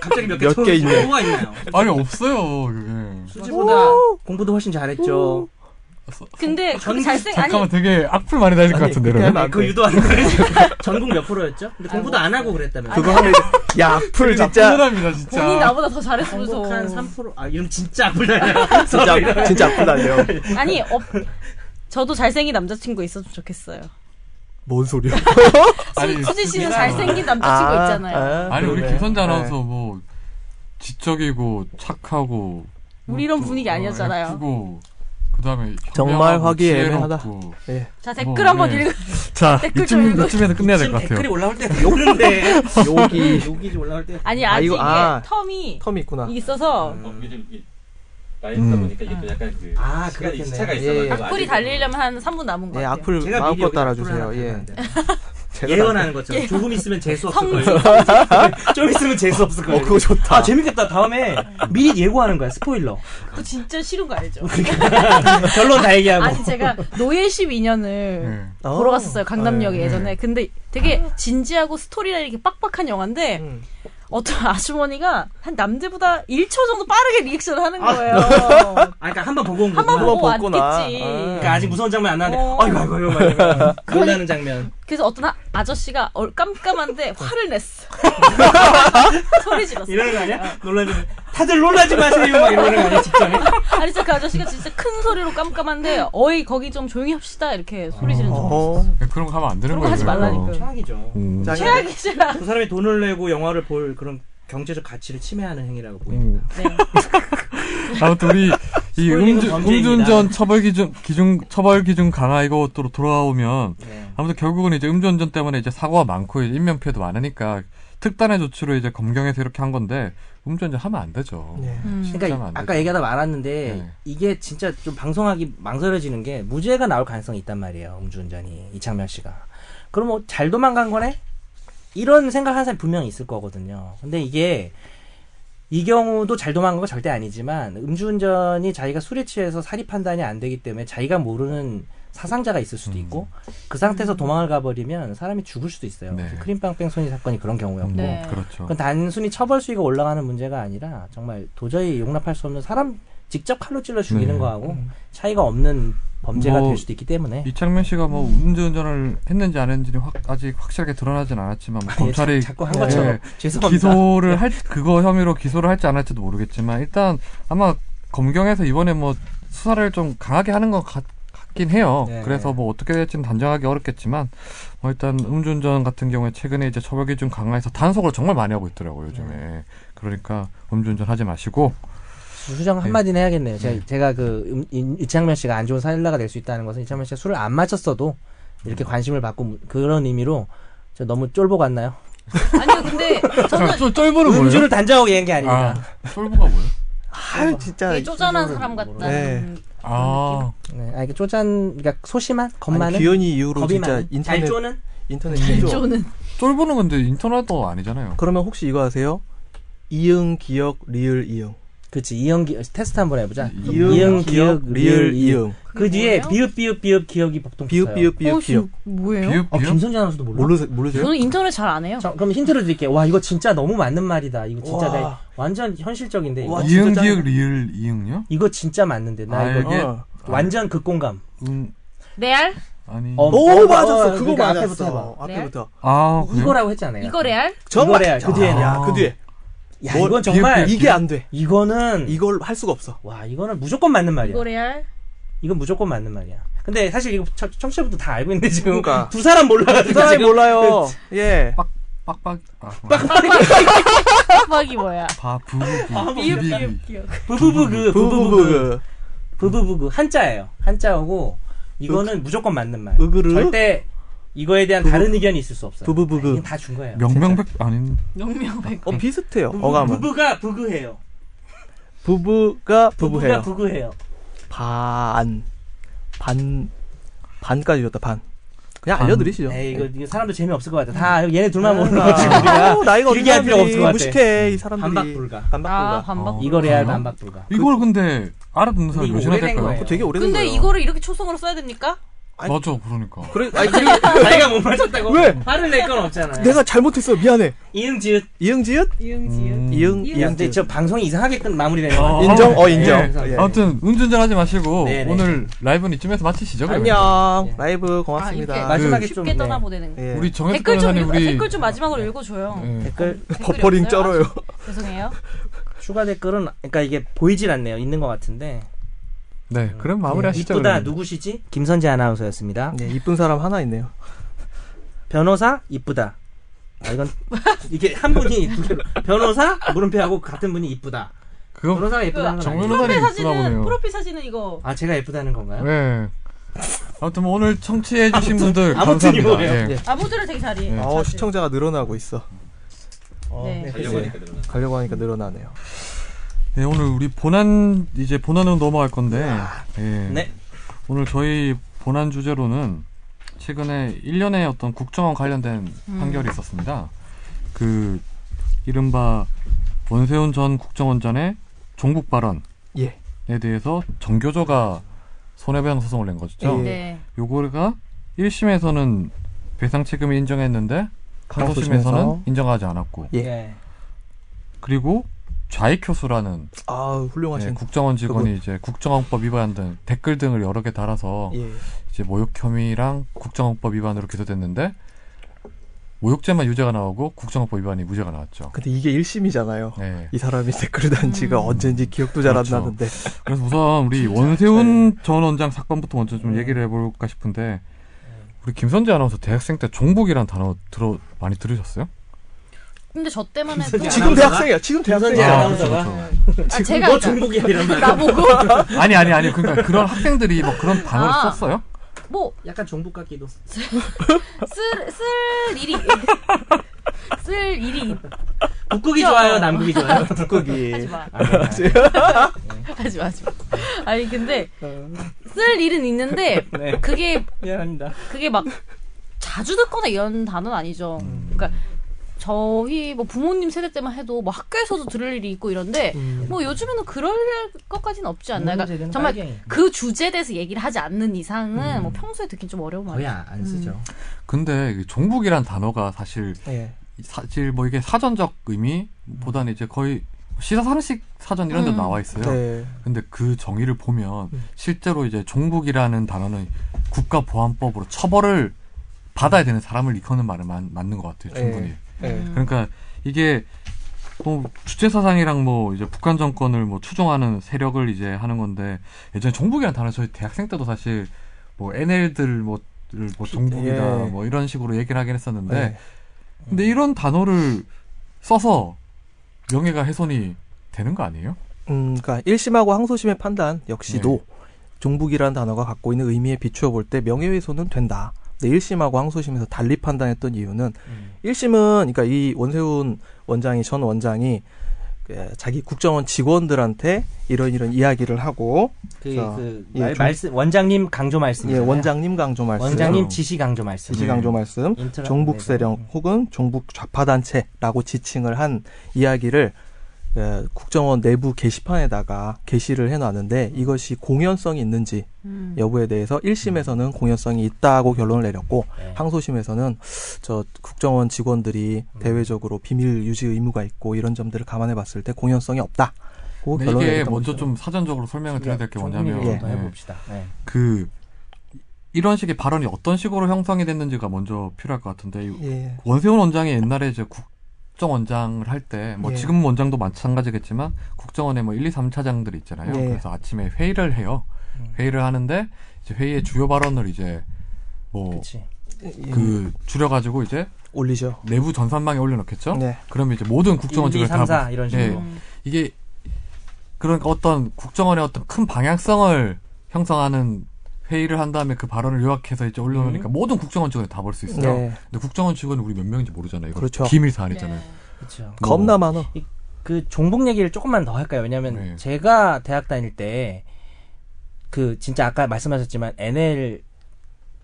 S4: 갑자기 몇 개
S3: 몇개 있네.
S4: 뭐가 있나요?
S1: 아니 없어요 예. 그게.
S4: 수지보다 공부도 훨씬 잘했죠.
S2: 근데 그
S4: 전-
S2: 잘생 아니
S1: 잠깐만 되게 악플 많이 달릴 것
S3: 아니,
S1: 같은데
S3: 그게
S1: 여러분.
S3: 아니라-
S4: 그 유도하는 거예요.
S3: [LAUGHS]
S4: 전국 몇 프로였죠?
S2: 아,
S4: 근데 공부도
S2: 뭐.
S4: 안 하고 그랬다면서.
S3: 그거
S2: 네.
S3: 하면 이제 야 풀 진짜
S1: 끈끈합니다 아, 진짜.
S2: 본인 나보다 더 잘했으면서
S4: 한국한 3%. 아, 이름 진짜 아프다.
S3: 진짜 진짜 아프다요 [LAUGHS]
S2: 아니 어, 저도 잘생긴 남자친구 있었으면 좋겠어요.
S3: 뭔 소리야
S1: 아니,
S2: 수지 씨는
S1: 수지가-
S2: 잘생긴 남자친구 그 있잖아요.
S1: 아니 우리
S3: 그러네.
S1: 김선재 아나운서
S3: 네.
S1: 뭐 지적이고 착하고
S2: 우리 이런
S1: 또,
S2: 분위기
S1: 어,
S2: 아니었잖아요.
S1: 예쁘고 그다음에
S3: 정말
S1: 현명하고 뭐
S3: 화기애애하다.
S1: 지혜롭고.
S2: 자 댓글
S1: 뭐,
S2: 한번
S1: 네.
S2: 읽어.
S3: 자
S2: 댓글 좀
S1: 이쯤
S2: 읽어.
S1: 이쯤에서 끝내야 될
S4: 지금
S1: 것 같아요.
S4: 댓글이 올라올 때 욕인데.
S3: 여기
S4: 욕이 올라올 때.
S2: 아니
S3: 아,
S2: 아직
S3: 이거-
S2: 이게
S3: 아.
S2: 텀이
S3: 텀이 있구나
S2: 있어서
S11: 어, 요즘 이- 나이 있다
S3: 음.
S11: 보니까 이게 또 약간 그
S4: 아,
S11: 시간이
S4: 그렇겠네요.
S11: 시차가
S3: 예,
S11: 있어가지고
S3: 예.
S11: 아직
S2: 악플이 달리려면 한 3분 남은 것
S3: 예
S2: 같아요.
S3: 악플
S4: 제가 미리
S3: 마음껏
S4: 여기
S3: 따라주세요
S4: 악플 하나
S3: 예
S4: 달았는데.
S3: 제가
S4: 예언하는 것처럼 조금 있으면 재수
S2: 성지.
S4: 없을 거예요. [LAUGHS] 좀 있으면 재수 없을
S3: 어
S4: 거예요.
S3: 그거 좋다
S4: 아 재밌겠다. 다음에 미리 예고하는 거야. 스포일러.
S2: 그거 진짜 싫은 거 알죠?
S4: 결론 다 얘기하고.
S2: 아니 제가 노예 12년을
S1: 예.
S3: 어.
S2: 보러 갔었어요 강남역에
S1: 네.
S2: 예전에 근데 되게 진지하고 스토리랑 이렇게 빡빡한 영화인데
S3: 음.
S2: 어떤 [LAUGHS] 아주머니가 한 남들보다 1초 정도 빠르게 리액션을 하는 거예요
S4: 아, 그러니까 한 번 보고 온 거구나.
S2: 한번 보고
S3: 한번 봤구나.
S2: 왔겠지
S3: 아.
S4: 그러니까 아직 무서운 장면 안 나왔는데.
S2: 어.
S4: 아이고, 아이고, 아이고, 아이고. 아이고. 놀라는 장면.
S2: 그래서 어떤 아- 아저씨가 얼- 깜깜한데 화를 냈어 소리 질렀어
S4: 이러는 거 아니야? 놀라지 마. 다들 놀라지 마세요. 막 이러는 거 아니야, 직전에?
S2: 아니 진짜 그 아저씨가 진짜 큰 소리로 깜깜한데 어이 거기 좀 조용히 합시다 이렇게 소리 지른 적
S3: 어.
S1: 그런 거 하면 안 되는
S2: 그런 거
S1: 거예요.
S2: 하지 말라니까요.
S4: 최악이죠.
S1: 음.
S3: 자,
S2: 최악이잖아
S4: 그 사람이 돈을 내고 영화를 볼 그런 경제적 가치를 침해하는 행위라고
S1: 음.
S4: 보입니다.
S1: [LAUGHS] 아무튼 우리 이
S4: 네. 스포일링은
S1: 음주,
S4: 범죄입니다.
S1: 음주운전 처벌 기준 기준 처벌 기준 강화 이거 또 돌아오면
S4: 네.
S1: 아무튼 결국은 이제 음주운전 때문에 이제 사고가 많고 이제 인명 피해도 많으니까 특단의 조치로 이제 검경에서 이렇게 한 건데 음주운전 하면 안 되죠.
S3: 예.
S2: 음.
S1: 하면
S4: 그러니까
S1: 안
S4: 아까
S1: 되죠.
S4: 얘기하다 말았는데
S1: 네.
S4: 이게 진짜 좀 방송하기 망설여지는 게 무죄가 나올 가능성이 있단 말이에요. 음주운전이 이창명 씨가. 그럼 뭐 잘 도망간 거네? 이런 생각하는 사람이 분명히 있을 거거든요. 근데 이게 이 경우도 잘 도망간 거 절대 아니지만 음주운전이 자기가 술에 취해서 사리 판단이 안 되기 때문에 자기가 모르는 사상자가 있을
S1: 음.
S4: 수도 있고 그 상태에서 도망을 가버리면 사람이 죽을 수도 있어요.
S1: 네.
S4: 크림빵뺑 소니 사건이 그런 경우였고
S1: 음,
S2: 네.
S1: 그렇죠.
S4: 그건 단순히 처벌 수위가 올라가는 문제가 아니라 정말 도저히 용납할 수 없는 사람 직접 칼로 찔러 죽이는
S1: 네.
S4: 거하고 차이가 없는 범죄가
S1: 뭐,
S4: 될 수도 있기 때문에
S1: 이창명 씨가 뭐 음주운전을 했는지 안 했는지 확, 아직 확실하게 드러나진 않았지만 뭐 검찰이
S4: 예, 자- 자꾸 한 것처럼
S1: 예,
S4: 죄송합니다.
S1: 기소를 할 그거 혐의로 기소를 할지 안 할지도 모르겠지만 일단 아마 검경에서 이번에 뭐 수사를 좀 강하게 하는 것 같, 긴 해요.
S4: 네.
S1: 그래서 뭐 어떻게 될지는 단정하기 어렵겠지만 어, 일단 음주운전 같은 경우에 최근에 이제 처벌 기준
S4: 네.
S1: 강화해서 단속을 정말 많이 하고 있더라고요 요즘에. 그러니까 음주운전 하지 마시고
S4: 수정 한마디는 해야겠네요. 제가, 제가 그 음, 이- 이창명 씨가 안 좋은 사일라가 될 수 있다는 것은 이창명 씨가 술을 안 마셨어도
S1: 음.
S4: 이렇게 관심을 받고 무- 그런 의미로 저 너무 쫄보 같나요?
S2: 아니요, 근데 저는
S1: [LAUGHS] 쫄, 쫄보는 뭐예요?
S4: 음주를 단정하고 얘기한 게 아닙니다.
S1: 아, 쫄보가 뭐예요?
S3: 아유 진짜
S2: 되게 쪼잔한 네, 사람 같다는
S3: 네.
S1: 아,
S4: 네, 아, 이게 쪼잔, 그러니까 소심한,
S3: 아니,
S4: 겁많은,
S3: 귀연이 이후로
S4: 겁이
S3: 진짜
S4: 많은, 잘
S3: 인터넷
S4: 쪼는.
S3: 인터넷 최초.
S2: 저는
S1: 쫄보는 근데 인터넷도 아니잖아요.
S3: 그러면 혹시 이거 아세요? 이응 기억 리을 이응
S4: 그렇지 이응 기억 테스트 한번 해보자.
S1: 이응,
S4: 기억,
S3: 리을
S4: 이응.
S3: 이응
S4: 그 뒤에
S2: 뭐예요?
S4: 비읍 비읍 비읍 기억이 보통
S3: 비읍
S4: 붙어요.
S3: 비읍 비읍
S2: 혹시
S3: 기억
S2: 뭐예요?
S1: 비읍,
S4: 어,
S1: 비읍?
S4: 김선재 아나운서도 몰라?
S3: 모르세, 모르세요?
S2: 저는 인터넷 잘 안 해요.
S4: 자, 그럼 힌트를 드릴게요. 와 이거 진짜 너무 맞는 말이다. 이거 진짜
S3: 와.
S4: 나 완전 현실적인데 이거.
S3: 와,
S1: 이응,
S3: 진짜
S1: 기억,
S3: 짱이다.
S1: 리을, 이응요?
S4: 이거 진짜 맞는데 나
S1: 아,
S4: 이거
S1: 이게,
S3: 어.
S4: 완전 그 극공감.
S1: 응,
S2: 레알?
S1: 아니.
S4: 어.
S3: 오
S4: 어,
S3: 맞았어
S4: 어,
S3: 그거
S4: 그러니까
S3: 맞았어
S4: 앞에부터 해봐.
S3: 앞에부터
S1: 아, 그래요?
S4: 이거라고 했잖아요.
S2: 이거 레알?
S3: 정말
S4: 이거래요. 그 뒤에는.
S3: 야, 그 뒤에
S4: 야
S3: 뭘-
S4: 이건 아, 정말 그
S1: 비읍, 비읍.
S3: 이게 안돼
S4: 이거는
S3: 이걸 할 수가 없어
S4: 와 이거는 무조건 맞는 말이야.
S2: 이거 레알?
S4: 이건 무조건 맞는 말이야. 근데 사실 이거 청- 청취자분들 다 알고 있는데 지금
S3: 그러니까.
S4: 두 사람 몰라가지고
S3: 사람이
S4: 지금
S3: 몰라요 예
S1: 빡빡, 아,
S2: 빡빡이 뭐야?
S1: 바, 부, 부,
S2: 비읍,
S1: 비비,
S2: 비읍, 비읍.
S4: 부부부그 부부부그
S3: 부부부그
S4: 부부부그 한자예요. 한자어고 이거는 무조건 맞는 말.
S3: 으그르?
S4: 절대 이거에 대한
S3: 그 부부-
S4: 다른 의견이 있을 수 없어요.
S3: 부부부그
S4: 다 준 거예요.
S1: 명명백, 아닌,
S2: 명명백.
S3: 어 비슷해요 어감은
S4: 부부가 부그해요.
S3: 부부가 부부해요
S4: 부부가 부그해요.
S3: 반. 반. 반까지 줬다, 반. 그냥
S1: 반.
S3: 알려드리시죠. 네.
S4: 에이 이거, 이거 사람들 재미없을 것 같아. 다 얘네 둘만 모르는
S3: 아,
S4: 거지. 우리가
S3: 아우, 나이가
S4: 길게 할 필요
S3: 어린 사람들이
S4: 없을 것 같아.
S3: 무식해, 이 사람들이.
S4: 반박불가.
S2: 아,
S3: 반박불가.
S2: 반박.
S1: 어.
S4: 이거 레알
S1: 그래요?
S4: 반박 불가.
S1: 이걸 근데 알아듣는 사람이
S4: 이거
S1: 몇이나
S4: 오래된
S1: 될까요?
S4: 거예요.
S3: 어, 되게 오래된
S2: 근데
S3: 거예요.
S2: 이거를 이렇게 초성으로 써야 됩니까?
S3: 아니-
S1: 맞아, 그러니까.
S3: 그래, 아니, 그리고
S4: 자기가 못 맞췄다고.
S3: 왜?
S4: 화를 낼 건 없잖아요.
S3: 네. 내가 잘못했어. 미안해. 음. 네,
S4: 이응지읒.
S3: 이응지읒?
S5: 이응지은
S1: 음.
S3: 이응,
S4: 야, 근데
S3: 이응지읒.
S4: 저 방송이 이상하게 끝 마무리되는 거
S1: 어.
S4: 같아요.
S3: 인정? 어,
S1: 예.
S3: 인정.
S4: 예.
S3: 예.
S1: 아무튼, 운전전 하지 마시고,
S4: 네네.
S1: 오늘 라이브는 이쯤에서 마치시죠, 그러면.
S3: 안녕.
S4: 예.
S3: 라이브
S2: 아, 이렇게
S3: 고맙습니다.
S4: 마지막에
S3: 그
S4: 좀,
S2: 쉽게
S4: 네.
S2: 떠나보내는 거.
S3: 예.
S1: 우리 정혜숙
S2: 댓글 좀
S1: 변호사님,
S2: 읽어,
S1: 우리.
S2: 댓글 좀 마지막으로 읽어줘요.
S1: 예.
S4: 댓글
S2: 댓글이
S3: [LAUGHS] 버퍼링
S2: 없어요?
S3: 쩔어요.
S2: 아, 죄송해요.
S4: 추가 댓글은 그러니까 이게 보이질 않네요. 있는 것 같은데.
S1: 네, 그럼 마무리하시죠.
S4: 이쁘다
S1: 그러면.
S4: 누구시지? 김선재 아나운서였습니다.
S3: 네, 이쁜 사람 하나 있네요.
S4: 변호사 이쁘다. 아 이건 이게 한 분이 두 개로. 변호사 물음표하고 같은 분이 이쁘다.
S1: 그거
S4: 변호사가 예쁘다는 건
S1: 어? 정
S4: 아니죠?
S1: 변호사님
S2: 프로필
S1: 있구나
S2: 사진은,
S1: 보네요.
S2: 프로필 사진은 이거.
S4: 아 제가 예쁘다는 건가요?
S1: 네. 아무튼 뭐 오늘 청취해주신 분들
S4: 아무튼
S1: 감사합니다.
S4: 이거예요.
S1: 예.
S2: 아무도를 되게 잘해.
S1: 네.
S3: 어, 시청자가 늘어나고 있어.
S4: 어,
S2: 네.
S4: 네,
S11: 가려고
S4: 글쎄요.
S11: 하니까 늘어나.
S3: 가려고 하니까 늘어나네요.
S1: 네, 오늘 우리 본안 이제 본안으로 넘어갈 건데. 예.
S4: 네.
S1: 오늘 저희 본안 주제로는 최근에 1년에 어떤 국정원 관련된 판결이 있었습니다. 그 이른바 원세훈 전 국정원장의 종북 발언에
S3: 예.
S1: 대해서 정교조가 손해배상 소송을 낸 거죠.
S3: 예.
S2: 네.
S1: 요거가 1심에서는 배상 책임을 인정했는데
S3: 항소심에서.
S1: 항소심에서는 인정하지 않았고
S3: 예.
S4: 예.
S1: 그리고 좌익 효수라는
S3: 아,
S1: 예,
S3: 훌륭하신 분.
S1: 국정원 직원이 이제 국정원법 위반 등 댓글 등을 여러 개 달아서
S3: 예.
S1: 이제 모욕 혐의랑 국정원법 위반으로 기소됐는데 모욕죄만 유죄가 나오고 국정원법 위반이 무죄가 나왔죠.
S3: 근데 이게 1심이잖아요.
S1: 네.
S3: 이 사람이 댓글을 단 지가 언젠지 기억도 잘 안
S1: 그렇죠.
S3: 나는데.
S1: 그래서 우선 우리 원세훈 전 원장 사건부터 먼저 좀 얘기를 해볼까 싶은데 우리 김선재 아나운서 대학생 때 종북이란 단어 들어 많이 들으셨어요?
S2: 근데 저 때만 해도.
S3: 지금 대학생이야. 아, 그렇죠. 지금
S4: 김선재
S3: 대학생이야.
S1: 그렇죠,
S4: 아나운서가
S1: 그렇죠.
S2: 아,
S4: 지금
S2: 제가 그러니까
S4: 너뭐 종북이야 이런 말.
S2: 나보고
S1: 아니 아니 아니
S4: [LAUGHS]
S1: 그러니까 그런 학생들이 뭐 그런 단어를
S2: 아.
S1: 썼어요?
S2: 뭐
S4: 약간 종북 같기도.
S2: 쓸, 쓸
S4: [LAUGHS]
S2: 일이 쓸 일이
S4: 북극이 좋아요, 남극이 좋아요.
S3: 네. 거기.
S2: 하지 마
S4: 아, 네.
S2: [LAUGHS] 하지 마 하지 마 아니 근데 쓸 일은 있는데
S4: 어. 네.
S2: 그게
S4: [LAUGHS] 미안합니다.
S2: 그게 막 자주 듣거나 이런 단어는 아니죠
S4: 음.
S2: 그러니까 저희 뭐 부모님 세대 때만 해도 뭐 학교에서도 들을 일이 있고 이런데
S4: 음.
S2: 뭐 요즘에는 그럴 것까지는 없지 않나요? 그러니까 정말 그 주제에 대해서 얘기를 하지 않는 이상은 뭐 평소에 듣긴 좀 어려운
S4: 음. 거의
S2: 말이에요.
S4: 안, 안 쓰죠.
S1: 근데 이 종북이란 단어가 사실
S3: 예.
S1: 사실 뭐 이게 사전적 의미보다는 이제 거의 시사상식 사전 이런 데
S2: 음.
S1: 나와 있어요.
S3: 네.
S1: 근데 그 정의를 보면
S3: 음.
S1: 실제로 이제 종북이라는 단어는 국가보안법으로 처벌을 받아야 되는 사람을 일컫는 말을 만- 맞는 것 같아요. 충분히.
S3: 예.
S2: 음.
S4: 네.
S1: 그러니까 이게 뭐 주체 사상이랑 뭐 이제 북한 정권을 뭐 추종하는 세력을 이제 하는 건데 예전에 종북이라는 단어 저희 대학생 때도 사실 뭐 NL들 뭐, 를뭐 종북이다
S3: 예.
S1: 뭐 이런 식으로 얘기를 하긴 했었는데
S3: 네.
S1: 근데 이런 단어를 써서 명예가 훼손이 되는 거 아니에요?
S3: 음, 그러니까 1심하고 항소심의 판단 역시도 종북이라는 단어가 갖고 있는 의미에 비추어 볼 때 명예훼손은 된다. 근데 1심하고 항소심에서 달리 판단했던 이유는 일 1심은 그러니까 이 원세훈 원장이 전 원장이 그 자기 국정원 직원들한테 이런 이런 이야기를 하고
S4: 그,
S3: 자,
S4: 그
S3: 예,
S4: 말,
S3: 중-
S4: 말씀 원장님 강조 말씀. 네.
S3: 예, 원장님 강조 말씀,
S4: 원장님 지시 강조 말씀.
S3: 지시 강조 말씀,
S4: 인터넷 네.
S3: 종북
S4: 내에서.
S3: 세력 혹은 종북 좌파 단체라고 지칭을 한 이야기를 예, 국정원 내부 게시판에다가 게시를 해놨는데 이것이 공연성이 있는지
S2: 음.
S3: 여부에 대해서 1심에서는 공연성이 있다고 결론을 내렸고
S4: 네.
S3: 항소심에서는 저 국정원 직원들이 대외적으로 비밀 유지 의무가 있고 이런 점들을 감안해 봤을 때 공연성이 없다고
S4: 뭐
S1: 근데 네,
S3: 결론을
S1: 이게
S3: 내렸던
S1: 먼저
S3: 거죠.
S1: 좀 사전적으로 설명을 드려야 될 게 뭐냐면
S4: 예.
S1: 예.
S4: 해봅시다. 네.
S1: 그 이런 식의 발언이 어떤 식으로 형성이 됐는지가 먼저 필요할 것 같은데 이
S3: 예.
S1: 원세훈 원장이 옛날에 이제 국정원장을 할 때 뭐
S3: 예.
S1: 지금 원장도 마찬가지겠지만 국정원에 뭐 1, 2, 3차장들이 있잖아요.
S3: 예.
S1: 그래서 아침에 회의를 해요.
S4: 음.
S1: 회의를 하는데 이제 회의의 주요 발언을 이제 뭐
S4: 그치.
S3: 예,
S1: 그 줄여가지고 이제
S3: 올리죠.
S1: 내부 전산망에 올려놓겠죠.
S3: 네.
S1: 그러면 이제 모든
S4: 1, 2,
S1: 국정원직을
S4: 3,
S1: 다
S4: 4 이런
S1: 예.
S4: 식으로.
S2: 네.
S1: 이게 그러니까 어떤 국정원의 어떤 큰 방향성을 형성하는 회의를 한 다음에 그 발언을 요약해서 이제 올려놓으니까 모든 국정원 직원이 다 볼 수 있어요.
S3: 음. 네.
S1: 근데 국정원 직원이 우리 몇 명인지 모르잖아요. 이거
S3: 그렇죠.
S1: 기밀 사안이잖아요.
S4: 그렇죠.
S1: 뭐,
S3: 겁나 음. 많어.
S4: 그 종북 얘기를 조금만 더 할까요? 왜냐면
S1: 네.
S4: 제가 대학 다닐 때 그 진짜 아까 말씀하셨지만 NL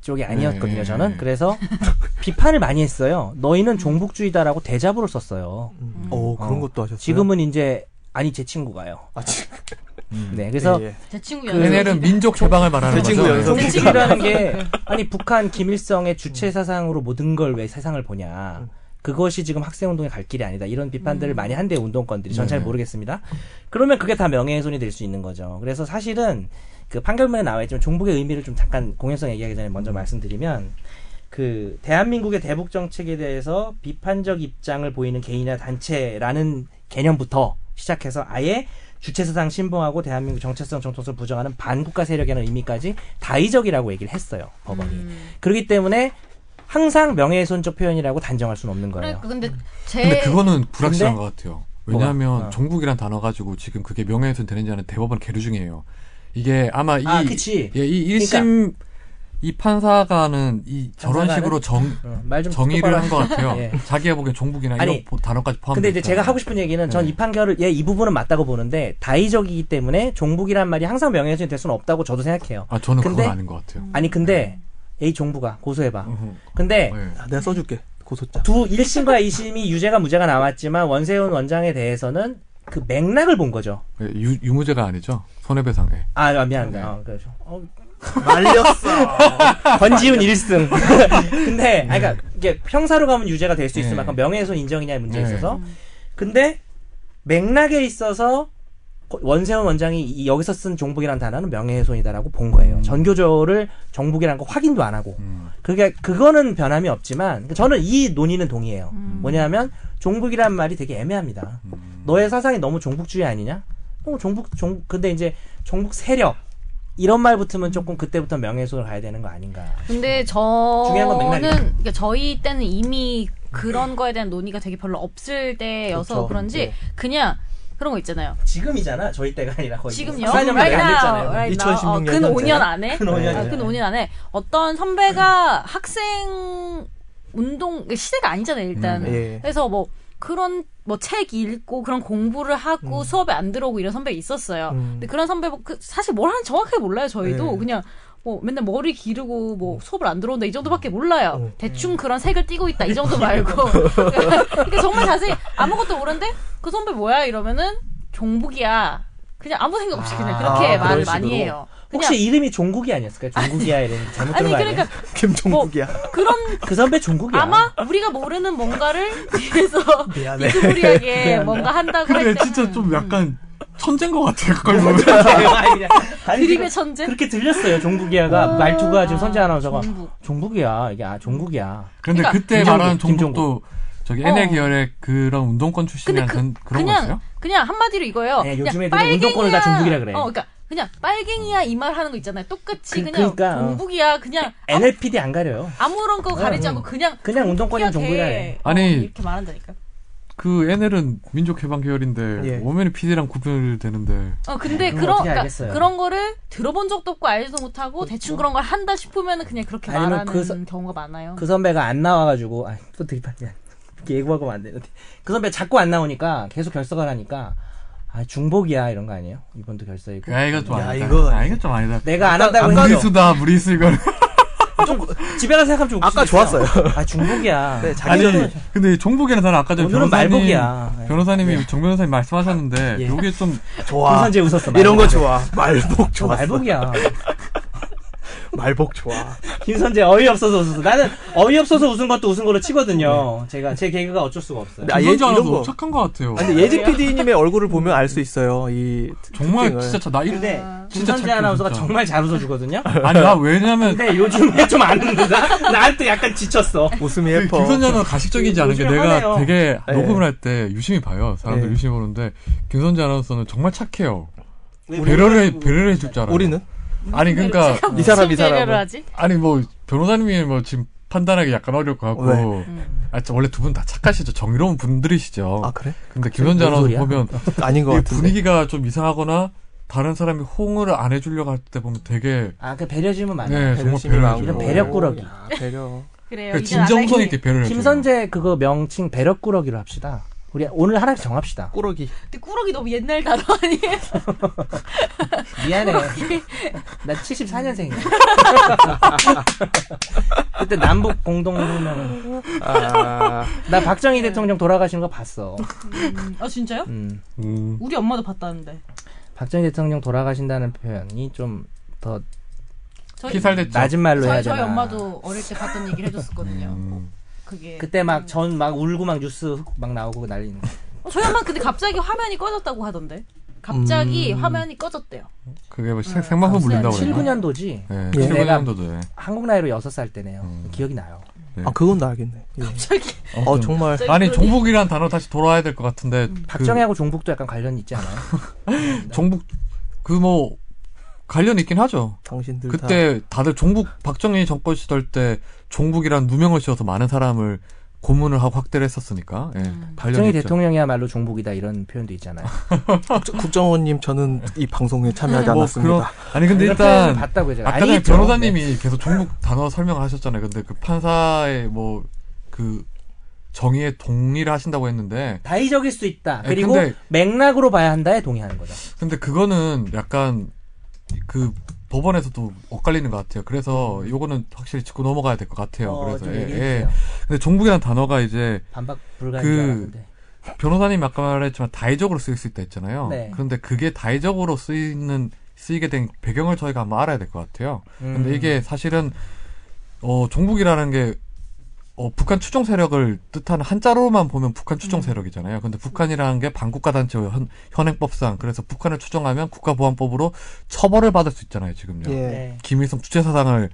S4: 쪽이 아니었거든요.
S1: 네.
S4: 저는 그래서 [LAUGHS] 비판을 많이 했어요. 너희는 종북주의다라고 대잡으로 썼어요.
S3: 오 그런
S4: 어.
S3: 것도 하셨어요.
S4: 지금은 이제 아니 제 친구가요.
S3: 아, 지-
S4: 네, 그래서
S3: 예, 예.
S12: 제 친구
S4: 그-
S12: 연애.
S1: 얘네는 민족 해방을 말하는 거죠.
S3: 제 친구 연속.
S1: 네.
S4: 종북이라는 게 아니 북한 김일성의 주체 사상으로 모든 걸 왜 세상을 보냐. 그것이 지금 학생 운동의 갈 길이 아니다. 이런 비판들을 많이 한대 요 운동권들이 전 잘
S1: 네.
S4: 모르겠습니다. 그러면 그게 다 명예훼손이 될 수 있는 거죠. 그래서 사실은 그 판결문에 나와 있지만 종북의 의미를 좀 잠깐 공연성 얘기하기 전에 먼저 말씀드리면 그 대한민국의 대북 정책에 대해서 비판적 입장을 보이는 개인이나 단체라는 개념부터 시작해서 아예 주체 사상 신봉하고 대한민국 정체성 정통성을 부정하는 반국가 세력이라는 의미까지 다의적이라고 얘기를 했어요 법원이
S12: 음.
S4: 그렇기 때문에 항상 명예훼손적 표현이라고 단정할 수는 없는 거예요. 음.
S12: 그러니까 근데 제
S1: 근데 그거는 불확실한
S4: 근데?
S1: 것 같아요.
S4: 뭐가?
S1: 왜냐하면
S4: 어.
S1: 종북이란 단어 가지고 지금 그게 명예훼손 되는지 하는 대법원 계류 중이에요. 이게 아마 이
S4: 아, 그치. 그러니까.
S1: 예, 이 일심 이 판사가는 이 저런
S4: 판사가는?
S1: 식으로 정
S4: 어, 말좀
S1: 정의를 한 것 같아요.
S4: [LAUGHS]
S1: 네.
S4: 예.
S1: 자기가 보기엔 종북이나
S4: 아니,
S1: 이런 단어까지 포함.
S4: 근데 이제 제가 하고 싶은 얘기는 전 이 판결을 예 이 부분은 맞다고 보는데 다의적이기 때문에 종북이란 말이 항상 명예훼손이 될 수는 없다고 저도 생각해요.
S1: 아 저는
S4: 근데-
S1: 그건 아닌 것 같아요.
S4: 아니 근데 A 종부가 고소해봐.
S1: 어허.
S4: 근데
S1: 예.
S3: 아, 내가 써줄게 고소장.
S4: 두 1심과 2심이 유죄가 무죄가 나왔지만 원세훈 원장에 대해서는 그 맥락을 본 거죠.
S1: 예, 유, 유무죄가 아니죠. 손해배상에.
S4: 아, 아, 미안합니다.
S1: 네.
S4: 어, 그렇죠. 어,
S3: 말렸어.
S4: 권지훈 1승. [LAUGHS] 근데, 아니, 그러니까 이게 평사로 가면 유죄가 될 수 있을
S1: 네.
S4: 만큼 명예훼손 인정이냐의 문제에
S1: 네.
S4: 있어서. 근데 맥락에 있어서 원세훈 원장이 이- 여기서 쓴 종북이라는 단어는 명예훼손이다라고 본
S2: 음.
S4: 거예요. 전교조를 정북이라는 거 확인도 안 하고.
S1: 음.
S4: 그게 그거는 변함이 없지만 저는 이 논의는 동의해요.
S2: 음.
S4: 뭐냐면 종북이란 말이 되게 애매합니다. 너의 사상이 너무 종북주의 아니냐? 어, 종북 종 근데 이제 종북 세력 이런 말 붙으면 조금 그때부터 명예훼손을 가야 되는 거 아닌가?
S2: 근데
S4: 중요한 건
S2: 저는
S4: 맥락이죠.
S2: 그러니까 저희 때는 이미 그런 거에 대한 논의가 되게 별로 없을 때여서
S3: 그렇죠.
S2: 그런지
S4: 네.
S2: 그냥 그런 거 있잖아요.
S4: 지금이잖아. 저희 때가 아니라 거의
S2: 지금요?
S4: 4년
S2: Right
S4: 안
S2: now,
S4: 됐잖아요.
S2: right now. 어,
S3: 2016
S2: 근
S3: 년이잖아요.
S2: 5년 안에
S4: 큰 오년
S2: 아,
S4: 전에.
S2: 근 5년 안에 어떤 선배가 학생 운동 그러니까 시대가 아니잖아요 일단
S1: 음,
S3: 예.
S2: 그래서 뭐 그런 뭐 책 읽고 그런 공부를 하고
S4: 음.
S2: 수업에 안 들어오고 이런 선배 있었어요
S3: 음.
S2: 근데 그런 선배 뭐 그- 사실 뭘 하는지 정확하게 몰라요 저희도
S4: 예.
S3: 네.
S2: 그냥 뭐 맨날 머리 기르고
S4: 음.
S2: 뭐 수업을 안 들어온다 이 정도밖에 몰라요
S3: 음.
S2: 대충 그런 색을 띠고 있다 이 정도 말고
S4: [LAUGHS]
S2: [LAUGHS] 그러니까 정말 자세히 아무것도 모르는데 그 선배 뭐야 이러면은 종북이야 그냥 아무 생각 없이 그냥 그렇게
S3: 아, 그런
S2: 말을
S3: 식으로.
S2: 많이 해요 그냥
S4: 혹시 이름이 종국이 아니었을까요? 종국이야 이런 잘못
S2: 아니
S4: 들은 거 아니에요? [LAUGHS]
S2: 그러니까 뭐
S3: 김종국이야.
S2: 그런
S4: 그 선배 종국이야.
S2: 아마 우리가 모르는 뭔가를 뒤에서
S3: 미안해.
S4: [LAUGHS]
S2: 미스무리하게 뭔가 한다고 할 때는
S1: 약간 천재인 것 같아요. 그걸
S4: 뭐,
S1: 보면.
S4: 그러니까 아니, 그러니까
S2: 드립의 천재
S4: 그렇게 들렸어요. 종국이야가 말투가 지금 선재 아나운서가
S2: 종북.
S4: 종국이야 이게 아 종국이야.
S1: 그런데
S2: 그러니까
S1: 그때
S4: 김종국,
S1: 말하는 종북도
S4: 김종국.
S1: 저기
S2: 어.
S1: NL 계열의 그런 운동권 출신이란
S2: 근데
S1: 그, 그런
S2: 그냥
S1: 거였어요?
S2: 그냥 한마디로 이거예요.
S4: 네,
S2: 그냥
S4: 요즘 애들은 운동권을 다 종북이라 그래.
S2: 어, 그러니까 그냥 빨갱이야 이 말 하는 거 있잖아요. 똑같이
S4: 그-
S2: 그, 냥
S4: 그러니까, 어.
S2: 종북이야 그냥
S4: NLPD 안 가려요.
S2: 아무런 거 가리지
S4: 응,
S2: 않고 그냥
S4: 음. 그냥 운동권이
S2: 종북이야,
S4: 종북이라
S2: 걔.
S4: 해.
S2: 어,
S1: 아니.
S2: 이렇게 말한다니까.
S1: 그 NL은 민족해방 계열인데
S3: 예.
S1: 오면이 PD랑 구별되는데
S2: 어 근데
S4: 그럼
S2: 그런
S4: 어떻게
S2: 그러니까
S4: 알겠어요?
S2: 그런 거를 들어본 적도 없고 알지도 못하고 대충 그런 걸 한다 싶으면은 그냥 그렇게
S4: 아니면
S2: 말하는
S4: 그 서-
S2: 경우가 많아요.
S4: 그 선배가 안 나와가지고 아, 또 드립하냐 [LAUGHS] 이렇게 예고하고 하면 안 되는데 그 선배 자꾸 안 나오니까 계속 결석을 하니까 아 중복이야 이런 거 아니에요? 이번도 결석이고
S3: 네.
S1: 야 이거 좀
S3: 야,
S1: 아니다
S3: 이거
S1: 아 이거 좀 아니다
S4: 내가 안 한다고 해서
S3: 그
S1: 무리수다 무리수 이걸
S4: 좀 집에 가서 생각하면 좀 웃기지
S3: 아까
S4: 않아요?
S3: 좋았어요.
S4: 아 중복이야
S3: 네, 자기
S1: 아니
S3: 전에
S1: 근데 종복이는 나는 아까 전에
S4: 오늘은
S1: 변호사님
S4: 말복이야 네.
S1: 변호사님이 정 변호사님 말씀하셨는데
S4: 예.
S1: 요게 좀
S3: [LAUGHS] 좋아.
S4: 공산제 웃었어
S3: 이런 거
S4: 말복.
S3: 좋아. 말복
S4: 저
S3: 좋아.
S4: 말복이야
S3: [LAUGHS] 말복 좋아.
S4: 김선재 어이없어서 웃었어 나는 어이없어서 웃은 것도 웃은 걸로 치거든요 제가 제 개그가 어쩔 수가 없어요
S3: 아,
S1: 아,
S3: 예,
S1: 예전
S3: 이런
S1: 알아서
S3: 거.
S1: 착한 것 같아요
S3: 근데 예지 PD님의 얼굴을 보면 알 수 있어요. 이
S1: 정말
S3: 특징을.
S1: 진짜 나 이런
S4: 근데
S1: 진짜
S4: 김선재
S1: 착해,
S4: 아나운서가
S1: 진짜.
S4: 정말 잘 웃어주거든요
S1: 아니 나
S4: [LAUGHS]
S1: 왜냐면
S4: 근데 요즘에 좀 안 웃는다 나한테 약간 지쳤어
S3: 웃음이
S1: 그
S3: 예뻐.
S1: 김선재는 가식적이지 않은 게
S4: 요즘에
S1: 내가
S4: 화내요.
S1: 되게
S3: 예.
S1: 녹음을 할 때 유심히 봐요 사람들
S3: 예.
S1: 유심히 보는데 김선재 아나운서는 정말 착해요
S4: 네,
S1: 배려를 해, 배려를 해줄 줄 알아요
S3: 우리는
S1: 아니 그러니까
S3: 이 사람 이
S2: 무슨 배려를
S3: 사람.
S2: 하지?
S1: 아니 뭐 변호사님이 뭐 지금 판단하기 약간 어려울 것 같고
S3: 왜?
S1: 아, 저 원래 두 분 다 착하시죠 정의로운 분들이시죠
S3: 아 그래?
S1: 근데 김선재
S4: 뭔
S1: 아나운서
S4: 소리야?
S1: 보면
S3: 아닌 것
S1: 이게
S3: 같은데.
S1: 분위기가 좀 이상하거나 다른 사람이 호응을 안 해주려고 할 때 보면 되게
S4: 아, 그 배려심은 많아요.
S1: 네 정말
S3: 배려심이
S1: 배려를
S3: 많고.
S4: 이런
S1: 해주고
S4: 배려꾸러기.
S3: 야, 배려.
S2: 그래요.
S1: 그러니까
S2: 이제 안
S1: 진정성
S2: 할게.
S1: 있게 배려를 해줘요
S4: 김선재 그거 명칭 배려꾸러기로 합시다. 우리 오늘 하나 정합시다.
S3: 꾸러기.
S2: 근데 꾸러기 너무 옛날 단어 아니에요? 네.
S4: 미안해. 나 [LAUGHS] 74년생이야. 그때 남북 공동성명.
S3: 아,
S4: 나 박정희 대통령 돌아가시는 거 봤어.
S2: 음, 아 진짜요?
S4: 음.
S1: 음.
S2: 우리 엄마도 봤다는데.
S4: 박정희 대통령 돌아가신다는 표현이 좀 더 어,
S2: 저희
S1: 피살됐죠
S4: 낮은 말로 해야
S2: 저희,
S4: 되나.
S2: 저희 엄마도 어릴 때 봤던 얘기를 해줬었거든요. 그게
S4: 그때 막 전 막 울고 막 뉴스 막 나오고 난리. 있는 거.
S2: 어, 저희 엄마 근데 갑자기 화면이 꺼졌다고 하던데. 갑자기 화면이 꺼졌대요.
S1: 그게 뭐 생- 생방송 불린다고 그래요
S4: 아, 79년도지.
S1: 네,
S3: 예.
S1: 79년도도에
S4: 한국 나이로 6살 때네요.
S1: 음.
S4: 기억이 나요.
S3: 아 그건 나 알겠네. 예.
S2: 갑자기 그러니까
S3: 어 정말
S1: 아니 종북이란 단어 다시 돌아와야 될 것 같은데
S4: 음, 박정희하고 종북도 약간 관련이 있지 않아요?
S1: 그 종북 그 뭐 관련 있긴 하죠
S3: 당신들 다.
S1: 그때 다들 종북 박정희 정권 시절 때 종북이란 누명을 씌워서 많은 사람을 고문을 하고 학대를 했었으니까 예, 관련이
S4: 음. 박정희
S1: 있죠
S4: 대통령이야말로 종북이다 이런 표현도 있잖아요.
S3: 국정- 국정원님 저는 이 방송에 참여하지 않았습니다.
S1: 뭐 아니 [LAUGHS] 근데
S4: 이런 표현을
S1: 일단
S4: 봤다고요. 네. 제가.
S1: 아까 전에
S4: 아니겠죠.
S1: 변호사님이 계속 종북 단어 설명을 하셨잖아요. 근데 그 판사의 뭐 그 정의에 동의를 하신다고 했는데
S4: 네. 다의적일 수 있다.
S1: 네,
S4: 그리고
S1: 근데-
S4: 맥락으로 봐야 한다에 동의하는 거죠.
S1: 근데 그거는 약간 그 법원에서도 엇갈리는 것 같아요. 그래서 요거는 확실히 짚고 넘어가야 될 것 같아요.
S4: 어,
S1: 그래서
S4: 좀
S1: 예,
S4: 얘기해
S1: 예.
S4: 주세요.
S1: 근데 종북이라는 단어가 이제
S4: 반박 불가인
S1: 그-
S4: 줄 알았는데.
S1: 변호사님 아까 말했지만 다의적으로 쓰일 수 있다 했잖아요.
S4: 네.
S1: 그런데 그게 다의적으로 쓰이는 쓰이게 된 배경을 저희가 한번 알아야 될 것 같아요.
S4: 음.
S1: 근데 이게 사실은 어 종북이라는 게 어, 북한 추종 세력을 뜻하는 한자로만 보면 북한
S4: 음.
S1: 추종 세력이잖아요. 근데 북한이라는 게 반국가 단체 현, 현행법상 그래서 북한을 추종하면 국가보안법으로 처벌을 받을 수 있잖아요. 지금요.
S3: 예.
S4: 네.
S1: 김일성 주체사상을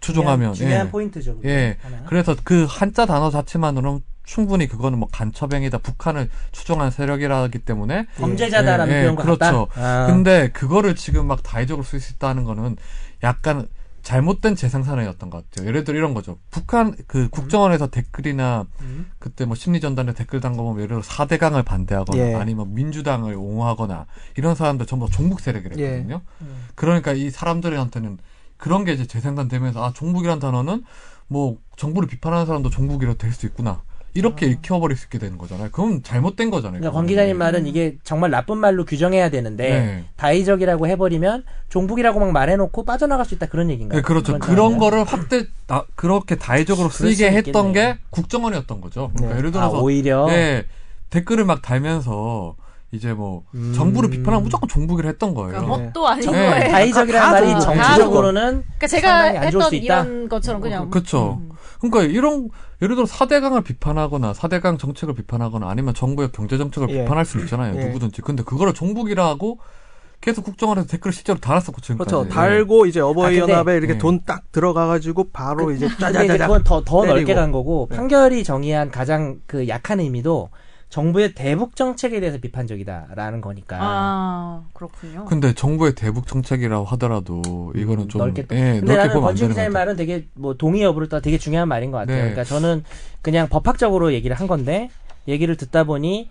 S1: 추종하면
S4: 중요한, 중요한
S1: 예.
S4: 포인트죠. 그게
S1: 예.
S4: 하나.
S1: 그래서 그 한자 단어 자체만으로는 충분히 그거는 뭐 간첩행위다 북한을 추종한 세력이라기 때문에
S4: 범죄자다라는
S1: 예, 예,
S4: 표현과
S1: 그렇죠.
S4: 같다. 아,
S1: 근데 그거를 지금 막 다의적으로 쓸 수 있다는 거는 약간 잘못된 재생산이었던 것 같아요. 예를 들어 이런 거죠. 북한 그 국정원에서 댓글이나
S4: 음.
S1: 그때 뭐 심리전단에 댓글 단 거 보면 예를 들어 4대강을 반대하거나
S3: 예.
S1: 아니면 뭐 민주당을 옹호하거나 이런 사람들 전부 다 종북 세력이랬거든요.
S4: 음.
S1: 그러니까 이 사람들한테는 그런 게 이제 재생산되면서 아 종북이란 단어는 뭐 정부를 비판하는 사람도 종북이라 될 수 있구나.
S4: 아.
S1: 이렇게 익혀버릴 수 있게 되는 거잖아요. 그럼 잘못된 거잖아요.
S4: 그러니까
S1: 그거는. 예.
S4: 권 기자님 말은 이게 정말 나쁜 말로 규정해야 되는데
S1: 네.
S4: 다의적이라고 해버리면 종북이라고 막 말해놓고 빠져나갈 수 있다 그런 얘기인가요?
S1: 네, 그렇죠.
S4: 장면이요?
S1: 그런 거를 확대, 아, 그렇게 다의적으로
S4: 그럴
S1: 쓰이게
S4: 수
S1: 했던
S4: 있겠네요.
S1: 게 국정원이었던 거죠. 그러니까
S3: 네.
S1: 예를
S4: 아,
S1: 들어서,
S4: 오히려
S1: 예, 댓글을 막 달면서, 이제 뭐,
S4: 음.
S1: 정부를 비판하면 무조건 종북이를 했던
S2: 그러니까
S4: 뭐
S1: 거예요.
S2: 뭣도 아닌
S1: 네.
S2: 거예요.
S4: 다의적이라는
S2: 다
S4: 말이
S2: 다
S4: 정치적으로는
S2: 그러니까 제가
S4: 상당히 안 좋을
S2: 했던
S4: 수 있다?
S2: 이런 것처럼 그냥 음.
S1: 그렇죠. 그러니까 이런 예를 들어 사대강을 비판하거나 사대강 정책을 비판하거나 아니면 정부의 경제 정책을
S3: 예.
S1: 비판할 수 있잖아요.
S3: 예.
S1: 누구든지. 근데 그거를 종북이라고 계속 국정원에서 댓글을 실제로 달았었고 지금까지.
S3: 그렇죠.
S1: 예.
S3: 달고 이제 어버이
S4: 아, 근데-
S3: 연합에 이렇게
S1: 예.
S3: 돈 딱 들어가가지고 바로 이제
S4: 근데 이제
S3: 짜자자자.
S4: 그건 더, 더
S3: 때리고.
S4: 넓게 간 거고
S3: 네.
S4: 판결이 정의한 가장 그 약한 의미도 정부의 대북 정책에 대해서 비판적이다라는 거니까
S2: 아 그렇군요.
S1: 근데 정부의 대북 정책이라고 하더라도 이거는 좀
S4: 음, 넓게 또-
S1: 예,
S4: 근데
S1: 넓게
S4: 나는
S1: 보면 안
S4: 권지훈
S1: 되는 것
S4: 기자의
S1: 같아요.
S4: 말은 되게 뭐 동의 여부를 떠 되게 중요한 말인 것 같아요.
S1: 네.
S4: 그러니까 저는 그냥 법학적으로 얘기를 한 건데 얘기를 듣다 보니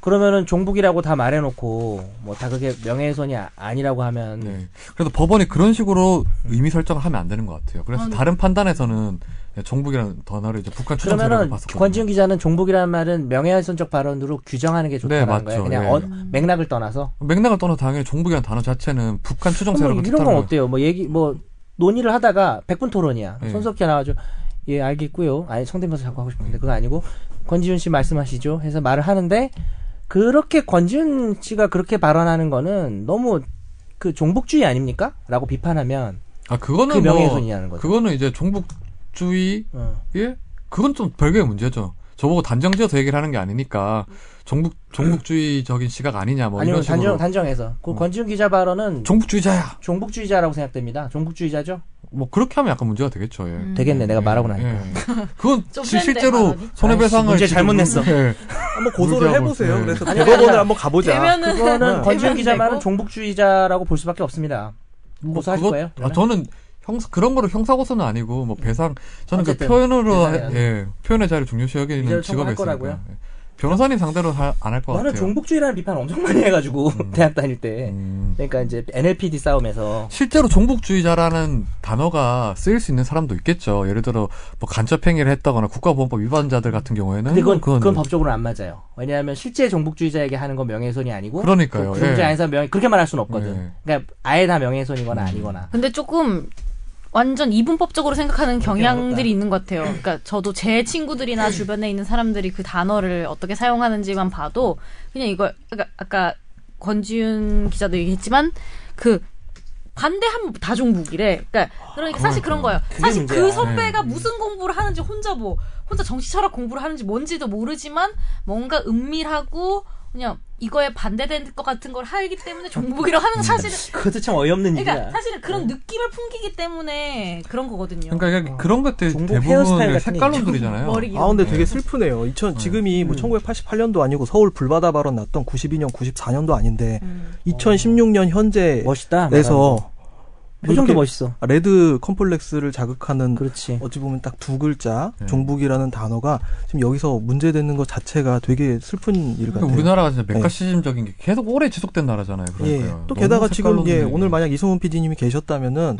S4: 그러면은 종북이라고 다 말해놓고 뭐 다 그게 명예훼손이 아, 니라고 하면
S1: 네. 그래서 법원이 그런 식으로 의미 설정을 하면 안 되는 것 같아요. 그래서
S4: 네.
S1: 다른 판단에서는 종북이라는 단어를 이제 북한 추정 세력을
S4: 그러면은
S1: 봤었거든요.
S4: 권지훈 기자는 종북이라는 말은 명예훼손적 발언으로 규정하는 게 좋다는
S1: 네, 맞죠.
S4: 거예요. 그냥
S1: 예.
S4: 어- 맥락을 떠나서
S1: 맥락을 떠나 당연히 종북이라는 단어 자체는 북한 추정
S4: 그럼
S1: 세력을
S4: 뭐 이런 건
S1: 뜻하는
S4: 어때요? 뭐 얘기 뭐 논의를 하다가 백분 토론이야.
S1: 예.
S4: 손석희 나와가지고 예 알겠고요. 아니 성대모사 자꾸 하고 싶은데 그거 아니고 권지윤 씨 말씀하시죠. 해서 말을 하는데 그렇게 권지윤 씨가 그렇게 발언하는 거는 너무 그 종북주의 아닙니까? 라고 비판하면
S1: 아 그거는
S4: 그
S1: 뭐
S4: 명예훼손이라는 거죠.
S1: 그거는 이제 종북주의
S4: 어.
S1: 예? 그건 좀 별개의 문제죠. 저보고 단정지어서 얘기를 하는 게 아니니까 종북 종북주의적인 시각 아니냐 뭐 이런
S4: 아니면
S1: 식으로 음.
S4: 단정 단정해서 그 권지윤 기자 발언은
S1: 종북주의자야.
S4: 종북주의자라고 생각됩니다. 종북주의자죠?
S1: 뭐 그렇게 하면 약간 문제가 되겠죠. 예.
S4: 되겠네. 내가
S1: 예,
S4: 말하고 나니까.
S1: 예. 그건
S2: 좀
S1: 시-
S2: 센데,
S1: 실제로
S2: 발언이?
S1: 손해배상을
S4: 아이씨, 문제
S1: 지금-
S4: 잘못 냈어.
S1: 예.
S3: 한번 고소를
S1: 문제하고
S3: 해보세요.
S1: 있어요.
S3: 그래서
S4: 아니, 아니,
S3: 대법원을
S4: 아니. 네.
S3: 한번 가보자.
S2: 되면은
S1: 음.
S4: 그거는 권지윤 기자 말은
S2: 되고?
S4: 종북주의자라고 볼 수밖에 없습니다.
S1: 뭐
S4: 고소하실
S1: 그거-
S4: 거예요?
S1: 아,
S4: 그러면?
S1: 저는 형사 그런 거를 형사 고소는 아니고 뭐 배상 저는 그
S4: 어쨌든
S1: 표현으로
S4: 배상이야.
S1: 하- 예 표현의 자유를 중요시
S4: 이제는
S1: 여기는 직업이
S4: 청구할
S1: 있으니까
S4: 거라고요?
S1: 예. 변호사님 상대로 안 할 것
S4: 나는
S1: 같아요.
S4: 종북주의라는 비판 엄청 많이 해가지고 [LAUGHS] 대학 다닐 때
S1: 음. 아,
S4: 그러니까 이제 NLPD 싸움에서
S1: 실제로 종북주의자라는 단어가 쓰일 수 있는 사람도 있겠죠. 예를 들어 뭐 간첩행위를 했다거나 국가보안법 위반자들 같은 경우에는
S4: 근데 그건,
S1: 그건- 네.
S4: 그건 법적으로 안 맞아요. 왜냐하면 실제 종북주의자에게 하는 건 명예훼손이 아니고
S1: 그러니까요.
S4: 그 종북주의
S1: 예.
S4: 아닌 사람 명예 그렇게 말할 수는 없거든.
S1: 예. 음.
S4: 그러니까 아예 다 명예훼손이거나 아니거나.
S2: 근데 조금 완전 이분법적으로 생각하는 경향들이 있는 것 같아요. 그러니까 저도 제 [CLEARS THROAT] 친구들이나 주변에 있는 사람들이 그 단어를 어떻게 사용하는지만 봐도 그냥 이걸 그러니까 아까, 아까 권지윤 기자도 얘기했지만 그 반대하면 다 종북이래. 그러니까 그러니까 사실 그런 거예요. 사실 그 선배가 무슨 공부를 하는지 혼자 뭐 혼자 정치 철학 공부를 하는지 뭔지도 모르지만 뭔가 은밀하고 그냥 이거에 반대된 것 같은 걸 하기 때문에 종북이라고 하는 건 사실은
S4: 그것도 참 어이없는
S2: 그러니까
S4: 일이야.
S2: 사실은 그런 느낌을 풍기기 때문에 그런 거거든요.
S1: 그러니까 이게 그런 것들
S4: 어. 종북
S1: 대부분
S4: 헤어스타일
S1: 이제
S4: 같은
S1: 색깔론들이잖아요.
S2: 머리
S3: 아 근데
S1: 네.
S3: 되게 슬프네요. 2000 지금이
S1: 음.
S3: 뭐 1988년도 아니고 서울 불바다 발언 났던 92년, 94년도 아닌데
S2: 음.
S3: 2016년 현재
S4: 음. 멋있다. 그
S3: 에서
S4: 표정도
S3: 이렇게
S4: 멋있어.
S3: 레드 컴플렉스를 자극하는
S4: 그렇지. 네.
S3: 어찌 보면 딱 두 글자
S1: 네.
S3: 종북이라는 단어가 지금 여기서 문제되는 것 자체가 되게 슬픈 일 같아요.
S1: 그러니까 우리나라가 진짜
S3: 네.
S1: 메카시즘적인 게 계속 오래 지속된 나라잖아요.
S3: 예.
S1: 그러니까요.
S3: 또
S1: 너무
S3: 게다가 지금 예,
S1: 색깔론들이-
S3: 오늘 만약 이성훈 PD님이
S4: [LAUGHS]
S3: 계셨다면은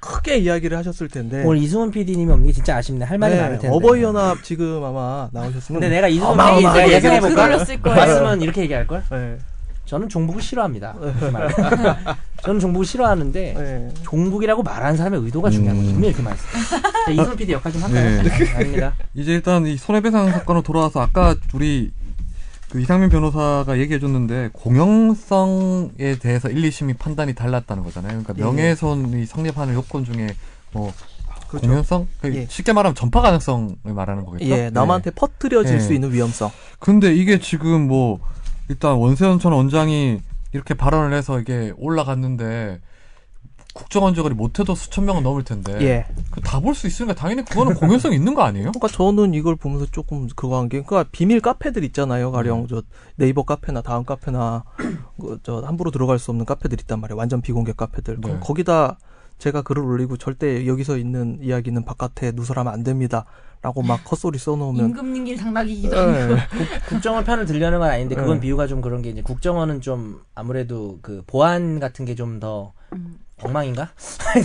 S3: 크게 이야기를 하셨을 텐데
S4: 오늘 이승훈 PD님이 없는 게 진짜 아쉽네. 할 말이
S3: 네,
S4: 많을 텐데. 네,
S3: 어버이 연합 지금 아마 나오셨으면
S4: 근데 내가 이승훈
S3: 어마어마하게
S4: PD 내가 예상해 볼까?
S2: 그걸로 쓸 거예요.
S4: 말씀은 이렇게 얘기할 걸.
S3: 예,
S4: 저는 종북을 싫어합니다. 그 말. [LAUGHS] 저는 종북을 싫어하는데
S3: 예.
S4: 종북이라고 말하는 사람의 의도가 중요한 거죠. 분명히 이렇게 말했어. 자, 이승훈 PD 역할 좀 할까요? 아, 아닙니다.
S1: 이제 일단 이 손해배상 사건으로 돌아와서 아까 우리 그 이상민 변호사가 얘기해줬는데 공영성에 대해서 1, 2심이 판단이 달랐다는 거잖아요.
S3: 네,
S1: 그러니까 명예훼손이 성립하는 요건 중에 뭐
S3: 그렇죠.
S1: 공영성, 그러니까
S3: 예.
S1: 쉽게 말하면 전파 가능성을 말하는 거겠죠.
S4: 네.
S3: 예, 남한테 퍼뜨려질
S1: 예.
S3: 수 있는 위험성.
S1: 근데 이게 지금 뭐 일단 원세훈 전 원장이 이렇게 발언을 해서 이게 올라갔는데 국정원 저거리 못해도 수천 명은 넘을 텐데
S3: 예.
S1: 다 볼 수 있으니까 당연히 그거는 공연성 이 있는 거 아니에요?
S3: 그러니까 저는 이걸 보면서 조금 그거 한 게, 그러니까 비밀 카페들 있잖아요. 가령 저 네이버 카페나 다음 카페나 그저 함부로 들어갈 수 없는 카페들 있단 말이에요. 완전 비공개 카페들. 그럼
S1: 네.
S3: 거기다 제가 글을 올리고 절대 여기서 있는 이야기는 바깥에 누설하면 안 됩니다.라고 막 헛소리 써놓으면
S2: 임금님 당나귀기도 하고
S3: 예.
S4: 국정원 편을 들려는 건 아닌데 그건
S3: 네.
S4: 비유가 좀 그런 게 이제 국정원은 좀 아무래도 그 보안 같은 게 좀 더 엉망인가?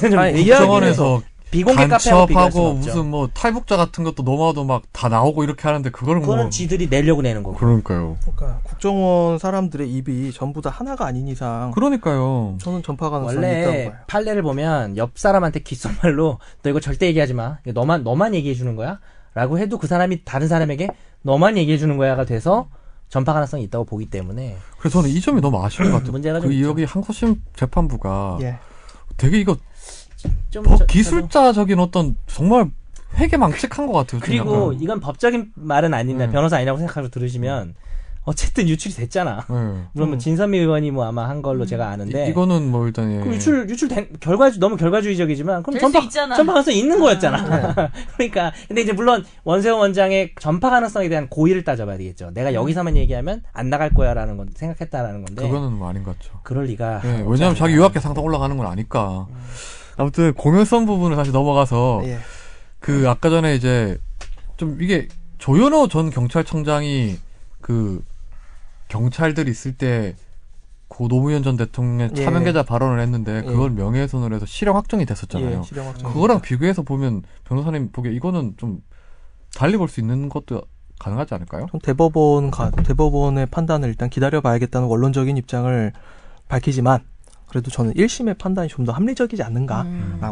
S4: 좀
S3: 아니,
S4: 비교하기는
S1: 국정원에서
S4: 비공개 카페하고 비교할 수는
S1: 간첩하고
S4: 없죠.
S1: 무슨 뭐 탈북자 같은 것도 넘어와도 막 다 나오고 이렇게 하는데 그걸
S4: 그거는
S1: 뭐
S4: 지들이 내려고 내는 거고.
S1: 그러니까요.
S3: 그러니까 국정원 사람들의 입이 전부 다 하나가 아닌
S4: 어.
S3: 이상
S1: 그러니까요.
S3: 저는 전파 가능성이 있다고
S4: 원래
S3: 봐요.
S4: 판례를 보면 옆 사람한테 귓속말로 너 이거 절대 얘기하지 마. 이거 너만 너만 얘기해 주는 거야. 라고 해도 그 사람이 다른 사람에게 너만 얘기해 주는 거야가 돼서 전파 가능성이 있다고 보기 때문에
S1: 그래서 저는 이 점이 너무 아쉬운 것 같아요.
S4: 문제가
S1: 그
S4: 좀 있죠.
S1: 여기 항소심 재판부가
S3: 예.
S1: 되게 이거
S4: 좀
S1: 법
S4: 음, 저-
S1: 기술자적인 어떤 정말 회계망측한 것 같아요. 저는
S4: 그리고
S1: 약간.
S4: 이건 법적인 말은 아닌데
S1: 음.
S4: 변호사 아니라고 생각하고 들으시면 어쨌든 유출이 됐잖아.
S1: 예.
S4: 물론 뭐 진선미 의원이 뭐 아마 한 걸로 제가 아는데
S1: 음. 이- 이거는 뭐 일단 예.
S4: 네. 그럼 유출 유출된 결과 너무 결과주의적이지만 그럼
S2: 될수
S4: 전파
S2: 있잖아. 음.
S4: 전파 가능성 이 있는 거였잖아.
S1: 네.
S4: [LAUGHS] 그러니까 근데 이제 물론 원세훈 원장의 전파 가능성에 대한 고의를 따져봐야 되겠죠. 내가 여기서만 얘기하면 안 나갈 거야라는 건 생각했다라는 건데
S1: 음. 그거는 뭐 아닌 것 같죠.
S4: 그럴 리가.
S1: 예, 왜냐하면 자기 유학계 상당 올라가는 건 아니까.
S4: 음.
S1: 아무튼 공연성 부분을 다시
S4: 네.
S1: 넘어가서
S3: 예.
S1: 그 아까 전에 이제 좀 이게 조현호 전 경찰청장이 그 경찰들 이 있을 때 고 노무현 전 대통령
S3: 예.
S1: 차명계좌 발언을 했는데 그걸 명예훼손을 해서 실형 확정이 됐었잖아요.
S3: 예, 실형 확정.
S1: 그거랑 비교해서 보면 변호사님 보기에 이거는 좀 달리 볼 수 있는 것도 가능하지 않을까요?
S3: 전 대법원 가, 대법원의 판단을 일단 기다려봐야겠다는 원론적인 입장을 밝히지만 그래도 저는 1심의 판단이 좀 더 합리적이지 않는가라고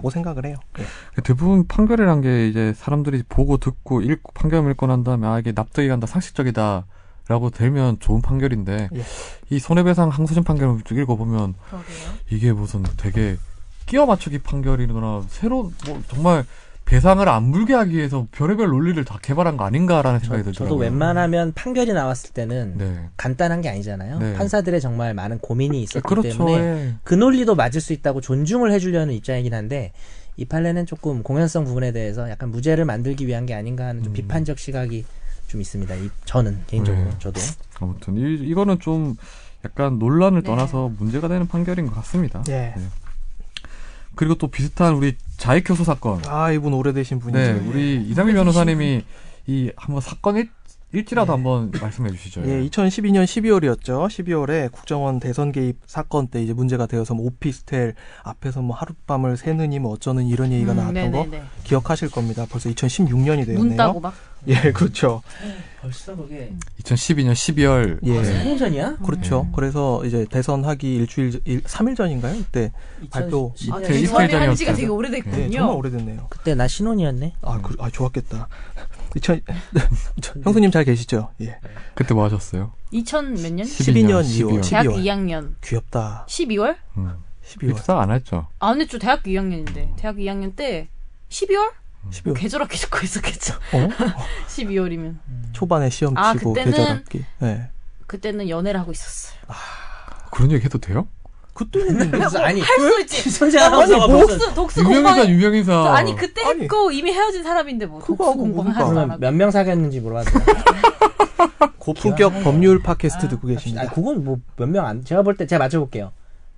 S2: 음.
S3: 생각을 해요. 예.
S1: 대부분 판결이란 게 이제 사람들이 보고 듣고 읽고 판결문 읽고 난 다음에 아 이게 납득이 간다 상식적이다 라고 되면 좋은 판결인데
S3: 예.
S1: 이 손해배상 항소심 판결을 쭉 읽어보면
S2: 그러게요.
S1: 이게 무슨 되게 끼워 맞추기 판결이거나 새로 뭐 정말 배상을 안 물게 하기 위해서 별의별 논리를 다 개발한 거 아닌가라는 생각이
S4: 저,
S1: 들더라고요.
S4: 도 웬만하면 판결이 나왔을 때는
S1: 네.
S4: 간단한 게 아니잖아요.
S1: 네.
S4: 판사들의 정말 많은 고민이 있었기
S1: 그렇죠.
S4: 때문에
S1: 예.
S4: 그 논리도 맞을 수 있다고 존중을 해주려는 입장이긴 한데 이 판례는 조금 공연성 부분에 대해서 약간 무죄를 만들기 위한 게 아닌가 하는 좀 비판적 시각이 좀 있습니다. 이- 저는 개인적으로
S1: 음. 네.
S4: 저도
S1: 아무튼 이, 이거는 좀 약간 논란을
S2: 네.
S1: 떠나서 문제가 되는 판결인 것 같습니다.
S3: 예.
S1: 그리고 또 비슷한 우리 자익교수 사건.
S3: 아 이분 오래되신 분이죠.
S1: 네, 우리 이상민 변호사님이 이 한번 사건 일, 일지라도
S4: 네.
S1: 한번 말씀해 주시죠.
S3: 예, 2012년 12월이었죠. 12월에 국정원 대선 개입 사건 때 이제 문제가 되어서 뭐 오피스텔 앞에서 뭐 하룻밤을 새느니 뭐 어쩌느니 이런 얘기가
S2: 음,
S3: 나왔던 거
S2: 네네네.
S3: 기억하실 겁니다. 벌써 2016년이 되었네요.
S2: 문 따고 막
S3: 예, 그렇죠.
S4: 벌써 그게
S1: 2012년 12월.
S3: 예.
S1: 네.
S4: 3년 전이야?
S3: 그렇죠. 그래서 이제 대선 하기 일주일, 일, 3일 전인가요? 이때 발표.
S2: 아,
S1: 그
S2: 대선이
S1: 이틀
S2: 한 지가
S1: 전이었죠.
S2: 되게
S3: 네,
S2: 오래됐군요.
S3: 정말 오래됐네요.
S4: 그때 나 신혼이었네.
S3: 아, 그, 아 좋았겠다. [LAUGHS] 이천- 형수님 잘 계시죠? 예.
S1: 그때 뭐 하셨어요?
S2: 2000 몇 년?
S3: 12년 12월.
S2: 대학
S3: 12월.
S2: 2학년.
S3: 귀엽다.
S2: 12월?
S1: 음.
S3: 12월.
S1: 입사 안 했죠.
S2: 안 했죠. 대학교 2학년인데. 대학교 2학년 때 12월?
S3: 12월.
S2: 계절학기 듣고 있었겠죠. [LAUGHS]
S3: 어?
S2: 12월이면.
S3: 초반에 시험
S2: 그- 아,
S3: 치고
S2: 그때는-
S3: 계절 학기. 예.
S2: 그때는 연애를 하고 있었어요.
S1: 그런 얘기 해도 돼요?
S3: [LAUGHS] 그때 했는데.
S4: 아니
S2: 할 수 있지.
S4: 손재 아나운서가
S3: 아니, 뭐-
S4: 무슨
S2: 독수, 독수
S1: 유명인사
S2: 공방.
S1: 유명인사.
S2: 아니 그때
S3: 아니.
S2: 했고 이미 헤어진 사람인데 뭐
S3: 그거
S2: 독수
S3: 하고
S2: 공방
S3: 그러니까. 뭔가.
S2: 하지 말라고.
S4: 뭐 몇 명 사귀었는지 물어봤어요.
S3: 고품격 법률 팟캐스트 듣고
S4: 아,
S3: 계십니다.
S4: 그건 뭐 몇 명 안 제가 볼 때 제가 맞춰볼게요.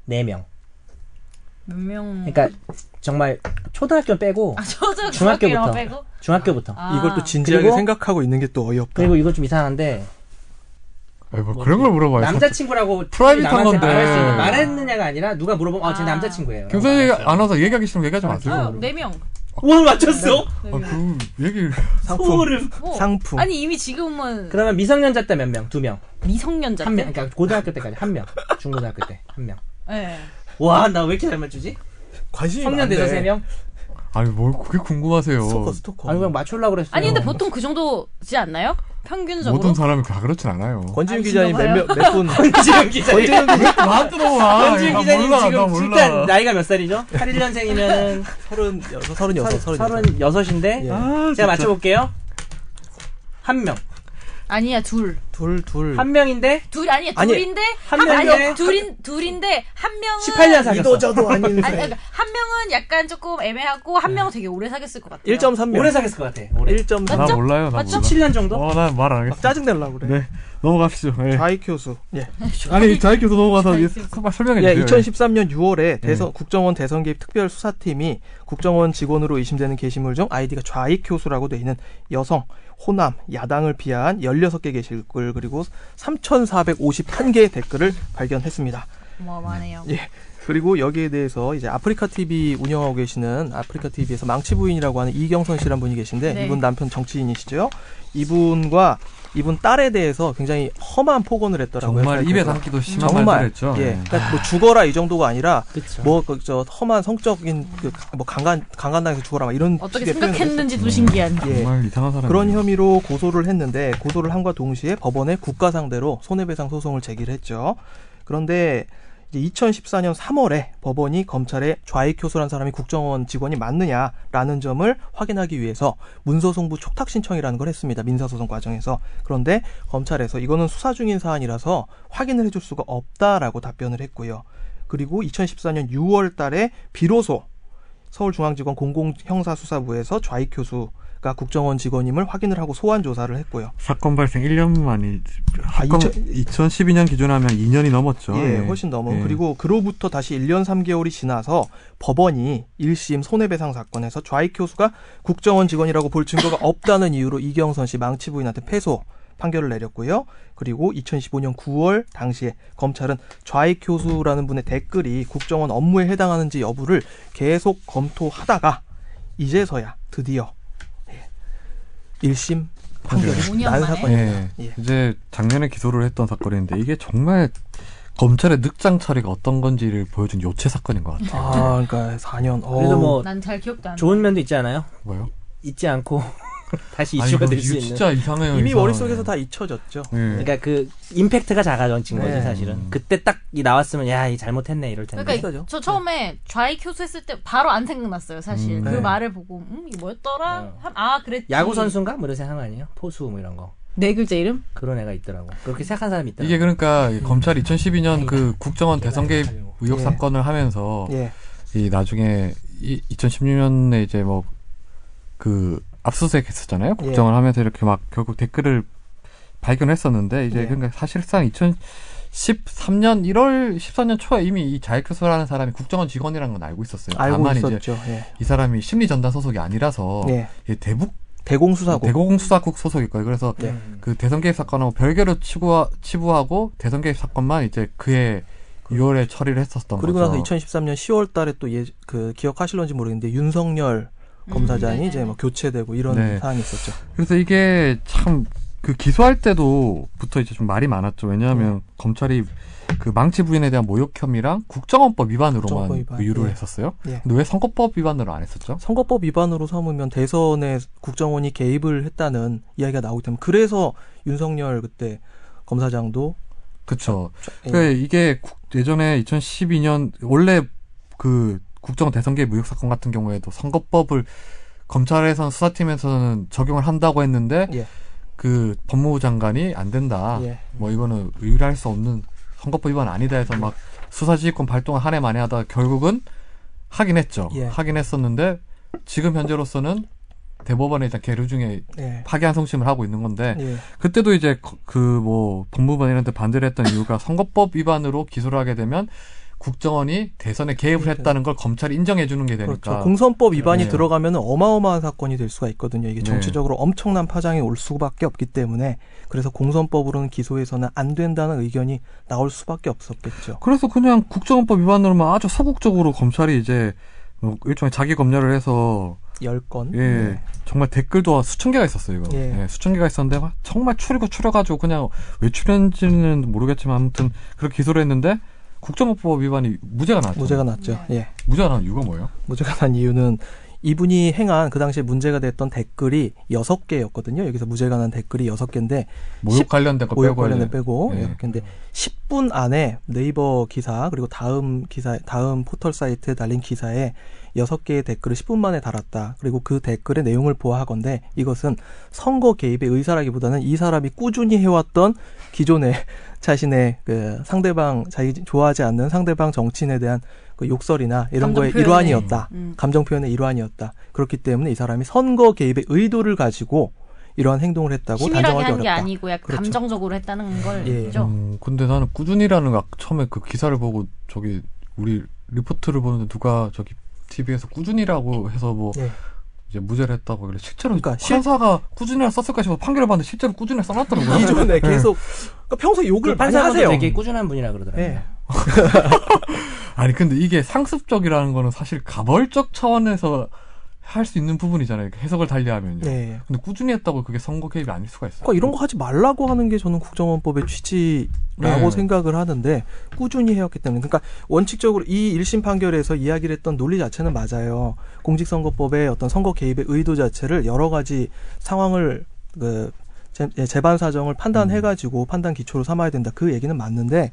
S4: 네 명.
S2: 몇 명.
S4: 그러니까 정말 초등학교 빼고
S2: 아, 저저 중학교 이런 거
S4: 중학교부터
S2: 빼고.
S4: 중학교부터.
S2: 아.
S3: 이걸 또 진지하게
S4: 그리고-
S3: 생각하고 있는 게 또 어이없다.
S4: 그리고 이거 좀 이상한데
S1: 아니, 뭐 그런 걸 물어봐요.
S4: 남자친구라고
S1: 프라이빗한
S4: 남한테
S1: 건데.
S4: 말할 수 있는- 말했느냐가 아니라 누가 물어보면 어제
S2: 아.
S4: 남자친구예요.
S1: 경선이 아나운서 얘기하기 싫으면 얘기하지
S2: 아,
S1: 마세요.
S2: 네 명.
S4: 오늘 맞췄어?
S1: 아, 그 얘기
S3: 상품.
S2: 뭐.
S3: 상품.
S2: 아니 이미 지금은
S4: 그러면 미성년자 때 몇 명? 두 명.
S2: 미성년자.
S4: 한
S2: 때?
S4: 명. 그러니까 고등학교 때까지 한 명. 중고등학교 때 한 명.
S2: 예.
S4: 와, 나 왜 이렇게 잘 맞추지?
S3: 관심이
S4: 성년돼서 세 명?
S1: 아니 뭘 그게 궁금하세요.
S3: 스토커 스토커.
S4: 아니 그냥 맞추려고 그랬어요.
S2: 아니 근데 보통 그 정도지 않나요? 평균적으로.
S1: 모든 사람이 다 그렇진 않아요.
S3: 권지윤
S2: 아니,
S3: 기자님
S2: 진짜요? [LAUGHS]
S3: 몇몇분
S4: 권지윤 기자님.
S1: 다 들어와.
S4: 권지윤
S1: 나
S4: 기자님
S1: 몰라, 나
S4: 지금
S1: 몰라.
S4: 일단 나이가 몇 살이죠?
S1: [LAUGHS]
S4: 81년생이면은
S3: [LAUGHS] 서른 여섯 서른 여섯 서른
S4: 36인데
S3: 예.
S1: 아,
S4: 제가 맞춰볼게요. 한 명.
S2: 아니야 둘.
S3: 둘둘
S4: 한 명인데
S2: 둘 아니야
S3: 아니,
S2: 둘인데
S4: 한
S2: 한-
S4: 명이요?
S2: 아니야 둘인 둘인데 한 명은
S4: 18년 사귀었어.
S2: [LAUGHS]
S3: 아닌
S2: 아니 그러니까 한 명은 약간 조금 애매하고
S4: 네.
S2: 한 명은 되게 오래 사귀었을 것 같아요.
S3: 1.3명
S4: 오래 사귀었을 것 같아. 오래.
S3: 1.3
S1: 나
S2: 맞죠?
S1: 몰라요. 나
S2: 맞죠?
S1: 몰라.
S4: 7년 정도?
S1: 어, 난 말 안 하겠어.
S3: 짜증 내려고 그래.
S1: 네. 넘어갑시다. 예.
S3: 좌익 교수. 예.
S1: 아니, 자유교수 넘어가서
S2: 자유
S1: 이제
S2: 교수.
S1: 서- 설명해
S3: 예,
S1: 주세요.
S3: 2013년 6월에 대선 국정원 대선 개입 특별 수사팀이 국정원 직원으로 의심되는 게시물 중 아이디가 좌익 교수라고 돼 있는 여성, 호남, 야당을 비하한 16개 게시글 그리고 3,451개의 댓글을 발견했습니다.
S2: 어마어마하네요.
S3: 예. 그리고 여기에 대해서 이제 아프리카 TV 운영하고 계시는 아프리카 TV에서 망치 부인이라고 하는 이경선 씨란 분이 계신데
S2: 네.
S3: 이분 남편 정치인이시죠. 이분과 이분 딸에 대해서 굉장히 험한 폭언을 했더라고요.
S1: 정말 입에
S3: 그래서
S1: 담기도 심한 말을
S3: 정말
S1: 했죠. 네.
S3: 예.
S1: 예.
S3: 그러니까 뭐 죽어라 이 정도가 아니라
S4: 그쵸.
S3: 뭐 그 저 험한 성적인 그 뭐 강간 강간당해서 죽어라 막 이런
S2: 어떻게
S3: 식의 표현을
S4: 음.
S2: 생각했는지도 신기한.
S3: 했어요. 예.
S1: 정말 이상한 사람.
S3: 그런 혐의로 고소를 했는데 고소를 함과 동시에 법원에 국가 상대로 손해배상 소송을 제기를 했죠. 그런데 이제 2014년 3월에 법원이 검찰에 좌익 교수란 사람이 국정원 직원이 맞느냐라는 점을 확인하기 위해서 문서송부 촉탁 신청이라는 걸 했습니다. 민사소송 과정에서. 그런데 검찰에서 이거는 수사 중인 사안이라서 확인을 해줄 수가 없다라고 답변을 했고요. 그리고 2014년 6월 달에 비로소 서울중앙지검 공공형사수사부에서 좌익 교수가 국정원 직원임을 확인을 하고 소환 조사를 했고요.
S1: 사건 발생 1년 만이
S3: 아,
S1: 사건 2012년 기준 하면 2년이 넘었죠.
S3: 예, 훨씬 넘어.
S1: 예.
S3: 그리고 그로부터 다시 1년 3개월이 지나서 법원이 1심 손해배상 사건에서 [LAUGHS] 좌익 교수가 국정원 직원이라고 볼 증거가 없다는 이유로 이경선 씨 망치 부인한테 패소, 판결을 내렸고요. 그리고 2015년 9월 당시에 검찰은 좌익 교수라는 분의 댓글이 국정원 업무에 해당하는지 여부를 계속 검토하다가 이제서야 드디어 1심 판결이
S5: 오, 오년
S3: 난
S5: 만에?
S3: 사건입니다. 예.
S1: 이제 작년에 기소를 했던 사건인데 이게 정말 검찰의 늑장 처리가 어떤 건지를 보여준 요체 사건인 것 같아요.
S3: 아, 그러니까 4년.
S4: 그래도 뭐
S12: 난 잘 기억도 안 나.
S4: 좋은 면도 있지 않아요?
S1: 뭐요?
S4: 잊지 않고 [LAUGHS] 다시
S1: 아니,
S4: 이슈가
S1: 이거,
S4: 될
S1: 이거
S4: 수 있는.
S1: 진짜 이상해요.
S3: 이미
S1: 이상해.
S3: 머릿속에서 다 잊혀졌죠.
S1: 예.
S4: 그러니까 그 임팩트가 작아진 거지
S3: 네.
S1: 음.
S4: 사실은. 그때 딱 이 나왔으면 야 이 잘못했네 이럴 텐데.
S12: 그러니까
S3: 비싸죠.
S12: 저 처음에 좌익 효수 했을 때 바로 안 생각났어요 사실
S1: 음,
S12: 그
S3: 네.
S12: 말을 보고 음 이게 뭐였더라
S4: 네.
S12: 한, 아 그랬지
S4: 야구 선수인가 뭐 이런 생각 아니에요? 포수 뭐 이런 거
S12: 네 글자 이름
S4: 그런 애가 있더라고. 그렇게 생각한 사람이 있더라고. 네.
S1: 이게 그러니까 검찰 2012년 그 국정원 대선 개입 의혹
S3: 예.
S1: 사건을 하면서
S3: 예.
S1: 이 나중에 이 2016년에 이제 뭐 그 압수수색 했었잖아요.
S3: 예.
S1: 국정을 하면서 이렇게 막 결국 댓글을 발견했었는데 이제
S3: 예.
S1: 그러니까 사실상 2013년 1월 14년 초에 이미 이 자익교수라는 사람이 국정원 직원이라는 건 알고 있었어요.
S3: 알고
S1: 다만 이제
S3: 있었죠. 예.
S1: 이 사람이 심리전단 소속이 아니라서
S3: 예. 아,
S1: 이 대북
S3: 대공수사고.
S1: 대공수사국 소속일 거예요. 그래서
S3: 예.
S1: 그 대선 개입 사건하고 별개로 치부, 치부하고 대선 개입 사건만 이제 그해 6월에 처리를 했었던
S3: 그렇죠. 그리고
S1: 거죠.
S3: 나서 2013년 10월 달에 또 예, 그 기억하실런지 모르겠는데 윤석열
S2: 음,
S3: 검사장이
S5: 네네.
S3: 이제 뭐 교체되고 이런
S1: 네.
S3: 상황이 있었죠.
S1: 그래서 이게 참 그 기소할 때도부터 이제 좀 말이 많았죠. 왜냐하면
S3: 네.
S1: 검찰이 그 망치 부인에 대한 모욕 혐의랑 국정원법 위반으로만 그
S3: 국정원법 위반,
S1: 유를
S3: 예.
S1: 했었어요.
S3: 예.
S1: 근데 왜 선거법 위반으로 안 했었죠?
S3: 선거법 위반으로 삼으면 대선에 국정원이 개입을 했다는 이야기가 나오기 때문에 그래서 윤석열 그때 검사장도
S1: 그렇죠.
S3: 예.
S1: 그 이게 국- 예전에 2012년 원래 그 국정 대선계 무역 사건 같은 경우에도 선거법을 검찰에선 수사팀에서는 적용을 한다고 했는데
S3: 예.
S1: 그 법무부 장관이 안 된다.
S3: 예.
S1: 뭐 이거는 의뢰할 수 없는 선거법 위반 아니다 해서 막 수사지휘권 발동을 한 해 만에 하다 결국은 하긴 했죠.
S3: 예.
S1: 하긴 했었는데 지금 현재로서는 대법원에 일단 계류 중에
S3: 예.
S1: 파기한 송심을 하고 있는 건데
S3: 예.
S1: 그때도 이제 그 뭐 법무부관이한테 반대를 했던 이유가 선거법 위반으로 기소를 하게 되면 국정원이 대선에 개입을 했다는 걸 검찰이 인정해 주는 게 되니까
S3: 그렇죠. 공선법 위반이
S1: 예.
S3: 들어가면 어마어마한 사건이 될 수가 있거든요. 이게
S1: 네.
S3: 정치적으로 엄청난 파장이 올 수밖에 없기 때문에 그래서 공선법으로는 기소해서는 안 된다는 의견이 나올 수밖에 없었겠죠.
S1: 그래서 그냥 국정원법 위반으로만 아주 소극적으로 검찰이 이제 뭐 일종의 자기 검열을 해서
S3: 열 건.
S1: 예
S3: 네.
S1: 정말 댓글도 수천 개가 있었어요 이거
S3: 예.
S1: 예, 수천 개가 있었는데 막 정말 추리고 추려가지고 그냥 왜 추렸는지는 모르겠지만 아무튼 그렇게 기소를 했는데 국정원법 위반이 무죄가 나왔죠
S3: 무죄가 났죠. 예.
S1: 무죄가 나온 이유가 뭐예요?
S3: 무죄가 난 이유는 이분이 행한 그 당시에 문제가 됐던 댓글이 여섯 개였거든요. 여기서 무죄가 난 댓글이 여섯 개인데
S1: 모욕
S3: 십-
S1: 관련된 거
S3: 모욕
S1: 빼고
S3: 관련해 빼고
S1: 예.
S3: 여섯 개인데 10분 안에 네이버 기사 그리고 다음 기사 다음 포털 사이트에 달린 기사에 여섯 개의 댓글을 10분 만에 달았다. 그리고 그 댓글의 내용을 보아하건대 이것은 선거 개입의 의사라기보다는 이 사람이 꾸준히 해왔던 기존의 [LAUGHS] 자신의 그 상대방 자기 좋아하지 않는 상대는 정치인에 대한 그 욕설이나 이런 거의
S12: 감정 표현의-
S3: 일환이었다.
S12: 음.
S3: 감정 표현의 일환이었다. 그렇기 때문에 이 사람이 선거 개입의 의도를 가지고 이러한 행동을 했다고
S12: 치밀하게
S3: 단정하기
S12: 한 게
S3: 어렵다.
S12: 아니고 약간
S3: 그렇죠.
S12: 감정적으로 했다는 걸
S3: 예.
S12: 죠
S1: 음, 근데 나는 꾸준이라는 거 아까 처음에 그 기사를 보고 저기 우리 리포트를 보는데 누가 저기 TV에서 꾸준이라고 해서 뭐
S3: 예.
S1: 이제 무죄를 했다고 그래 실제로
S3: 그러니까 실-
S1: 판사가 꾸준이라 썼을까 싶어 서 판결을 봤는데 실제로 꾸준히 써놨더라고요.
S3: 이전에 계속 그러니까 평소 에 욕을
S4: 그
S3: 많이
S4: 판사분도
S3: 하세요.
S4: 되게 꾸준한 분이라 그러더라고요.
S3: 예.
S1: 아니 근데 이게 상습적이라는 거는 사실 가벌적 차원에서 할 수 있는 부분이잖아요. 그 해석을 달리하면요.
S3: 네.
S1: 근데 꾸준히 했다고 그게 선거 개입이 아닐 수가 있어요.
S3: 그러니까 이런 거 하지 말라고 하는 게 저는 국정원법의 취지라고
S1: 네.
S3: 생각을 하는데 꾸준히 해왔기 때문에 그러니까 원칙적으로 이 1심 판결에서 이야기를 했던 논리 자체는 맞아요. 공직선거법의 어떤 선거 개입의 의도 자체를 여러 가지 상황을 그 재- 예, 재반 사정을
S1: 음.
S3: 판단해가지고 판단 기초로 삼아야 된다. 그 얘기는 맞는데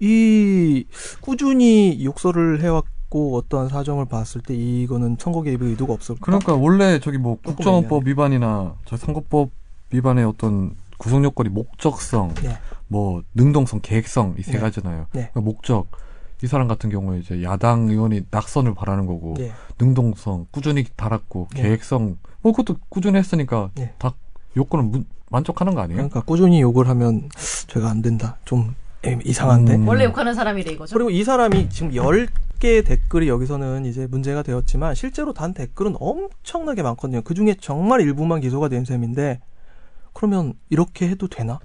S3: 이 꾸준히 욕설을 해왔고 어떠한 사정을 봤을 때 이거는 선거 개입의 의도가 없었고
S1: 그러니까 원래 저기 뭐
S3: 조금
S1: 국정원법 위반이나 저 선거법 위반의 어떤 구성 요건이 목적성,
S3: 네.
S1: 뭐 능동성, 계획성 이 세
S3: 네.
S1: 가지잖아요.
S3: 네.
S1: 그러니까 목적 이 사람 같은 경우에 이제 야당 의원이 낙선을 바라는 거고
S3: 예.
S1: 능동성 꾸준히 달았고
S3: 네.
S1: 계획성 뭐 그것도 꾸준히 했으니까
S3: 네.
S1: 다 요건을 문- 만족하는 거 아니에요?
S3: 그러니까 꾸준히 욕을 하면 제가 안 된다. 좀 에, 이상한데.
S1: 음.
S12: 원래 욕하는 사람이래 이거죠
S3: 그리고 이 사람이 지금 10개의 댓글이 여기서는 이제 문제가 되었지만 그 실제로 단 댓글은 엄청나게 많거든요. 그중에 정말 일부만 기소가 된 셈인데 그러면 이렇게 해도 되나?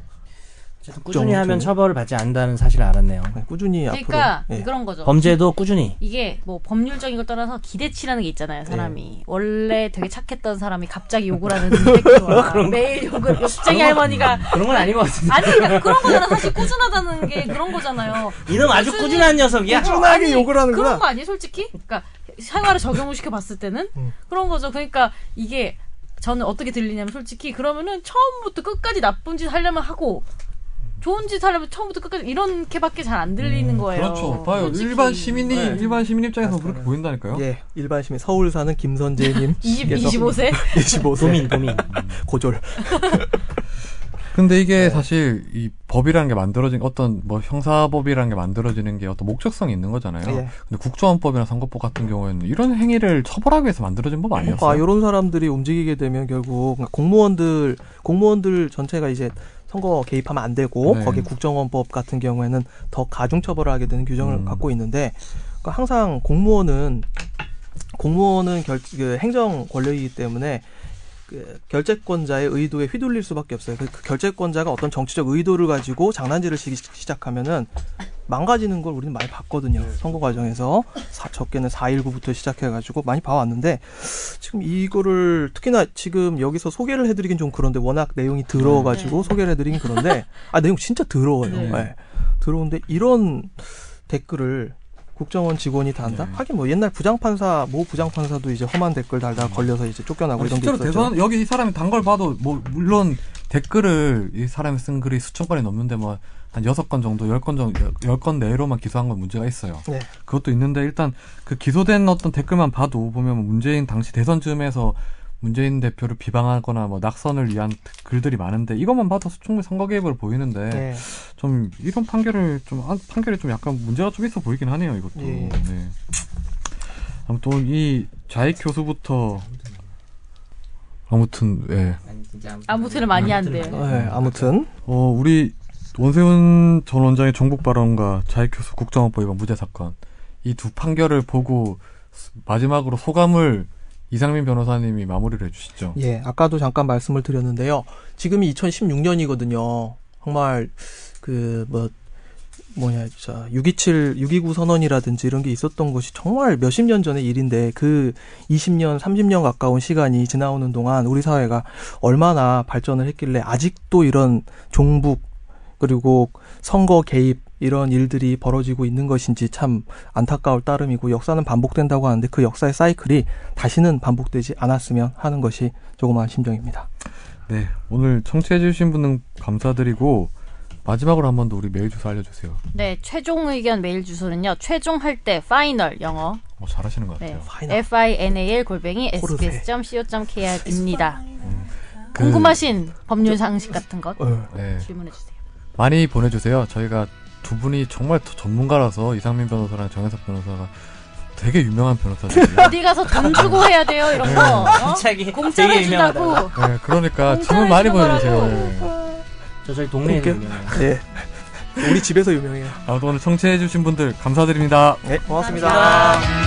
S4: 어쨌든
S3: 걱정은
S4: 꾸준히 하면
S3: 좀-
S4: 처벌을 받지 않는다는 사실을 알았네요.
S3: 네, 꾸준히
S2: 그러니까
S3: 앞으로 예.
S2: 그런 거죠.
S4: 범죄도 꾸준히.
S2: 이게 뭐 법률적인 걸 떠나서 기대치라는 게 있잖아요.
S3: 예.
S2: 사람이 원래 되게 착했던 사람이 갑자기 욕을
S3: [LAUGHS]
S2: 하는 새끼와 매일 욕을 욕쟁이 할머니가
S4: 그런 건 아닌 것 같은데.
S2: 아니 그러니까 그런 거잖아. 사실 꾸준하다는 게 그런 거잖아요.
S4: 이놈 아주
S2: 꾸준히-
S4: 꾸준한 녀석이야.
S3: 꾸준하게
S2: 아니,
S3: 욕을 하는구나.
S2: 그런 거 아니에요, 솔직히? 그러니까 생활에 적용을 시켜 봤을 때는 그런 거죠. 그러니까 이게 저는 어떻게 들리냐면 솔직히 그러면은 처음부터 끝까지 나쁜 짓 하려면 하고 좋은 짓 하려면 처음부터 끝까지 이렇게밖에 잘 안 들리는 거예요.
S1: 그렇죠. 봐요.
S2: 솔직히.
S1: 일반 시민이
S3: 음. 네.
S1: 일반 시민 입장에서 그렇게 보인다니까요.
S3: 예, 일반 시민 서울 사는 김선재님 [LAUGHS]
S2: 20, 25세?
S3: 25세
S4: 도민, 어. 도민.
S3: 고졸.
S1: 근데 이게
S3: 네.
S1: 사실 이 법이라는 게 만들어진 어떤 뭐 형사법이라는 게 만들어지는 게 어떤 목적성이 있는 거잖아요.
S3: 예.
S1: 근데 국정원법이나 선거법 같은 경우에는 이런 행위를 처벌하기 위해서 만들어진 법
S3: 아,
S1: 아니었어요?
S3: 이런 사람들이 움직이게 되면 결국 그러니까 공무원들 공무원들 전체가 이제 선거 개입하면 안 되고
S1: 네.
S3: 거기에 국정원법 같은 경우에는 더 가중 처벌을 하게 되는 규정을
S1: 음.
S3: 갖고 있는데 그러니까 항상 공무원은 공무원은 결, 그 행정 권력이기 때문에 그 결재권자의 의도에 휘둘릴 수밖에 없어요. 그, 그 결재권자가 어떤 정치적 의도를 가지고 장난질을 시, 시작하면은 망가지는 걸 우리는 많이 봤거든요.
S1: 네.
S3: 선거 과정에서 사, 적게는 4.19부터 시작해가지고 많이 봐왔는데 지금 이거를 특히나 지금 여기서 소개를 해드리긴 좀 그런데 워낙 내용이 더러워가지고 소개를 해드리긴 그런데 아 내용 진짜 더러워요.
S2: 네.
S3: 예. 더러운데 이런 댓글을 국정원 직원이 단다?
S1: 네.
S3: 하긴 뭐 옛날 부장판사 모 부장판사도 이제 험한 댓글 달다 걸려서 이제
S1: 음.
S3: 쫓겨나고
S1: 아니,
S3: 이런 게
S1: 실제로
S3: 있었죠.
S1: 대선 여기 이 사람이 단 걸 봐도 뭐 물론 댓글을 이 사람이 쓴 글이 수천 건이 넘는데 뭐 한 여섯 건 정도, 열 건 정도, 열 건 내로만 기소한 건 문제가 있어요.
S3: 네.
S1: 그것도 있는데 일단 그 기소된 어떤 댓글만 봐도 보면 뭐 문재인 당시 대선 즈음에서 문재인 대표를 비방하거나 뭐 낙선을 위한 글들이 많은데 이것만 봐도 충분히 선거 개입으로 보이는데
S3: 네.
S1: 좀 이런 판결을 좀 아, 판결이 좀 약간 문제가 좀 있어 보이긴 하네요 이것도.
S3: 예.
S1: 네. 아무튼 이 자익 교수부터 아무튼 예.
S2: 아무튼
S4: 음.
S2: 많이 안 돼.
S3: 네, 아무튼
S1: 어 우리 원세훈 전 원장의 정북 발언과 자익 교수 국정원법 위반 무죄 사건 이 두 판결을 보고 스- 마지막으로 소감을 이상민 변호사님이 마무리를 해주시죠.
S3: 예, 아까도 잠깐 말씀을 드렸는데요. 지금이 2016년이거든요. 정말 그 뭐 뭐냐 진짜 627, 629 선언이라든지 이런 게 있었던 것이 정말 몇십 년 전의 일인데 그 20년, 30년 가까운 시간이 지나오는 동안 우리 사회가 얼마나 발전을 했길래 아직도 이런 종북 그리고 선거 개입 이런 일들이 벌어지고 있는 것인지 참 안타까울 따름이고 역사는 반복된다고 하는데 그 역사의 사이클이 다시는 반복되지 않았으면 하는 것이 조그마한 심정입니다.
S1: 네 오늘 청취해주신 분은 감사드리고 마지막으로 한 번 더 우리 메일 주소 알려주세요.
S2: 네, 최종 의견 메일 주소는요. 최종 할 때 파이널 영어
S1: 어, 잘하시는 것
S2: 네.
S1: 같아요.
S3: 파이널.
S2: f i n a l 골뱅이
S3: 호르세.
S2: sbs.co.kr입니다.
S1: 그-
S2: 궁금하신 법률 상식 같은 것
S3: 어,
S1: 네.
S2: 질문해 주세요.
S1: 많이 보내주세요. 저희가 두 분이 정말 더 전문가라서 이상민 변호사랑 정현석 변호사가 되게 유명한 변호사들이에요.
S2: 어디 가서 돈 주고 해야 돼요 이런 거. 어?
S4: 갑자기
S2: 공짜로
S4: 되게 유명하다.
S2: 준다고.
S1: 네, 그러니까
S2: 공짜로
S1: 질문 많이
S2: 해주는
S1: 보내주세요.
S2: 거라고.
S1: 네.
S4: 저 저희 동네에
S3: 볼게요.
S4: 유명해요.
S3: 예. 우리 집에서 유명해요.
S1: 아무튼 오늘 청취해주신 분들 감사드립니다.
S3: 네, 고맙습니다.
S2: 감사합니다.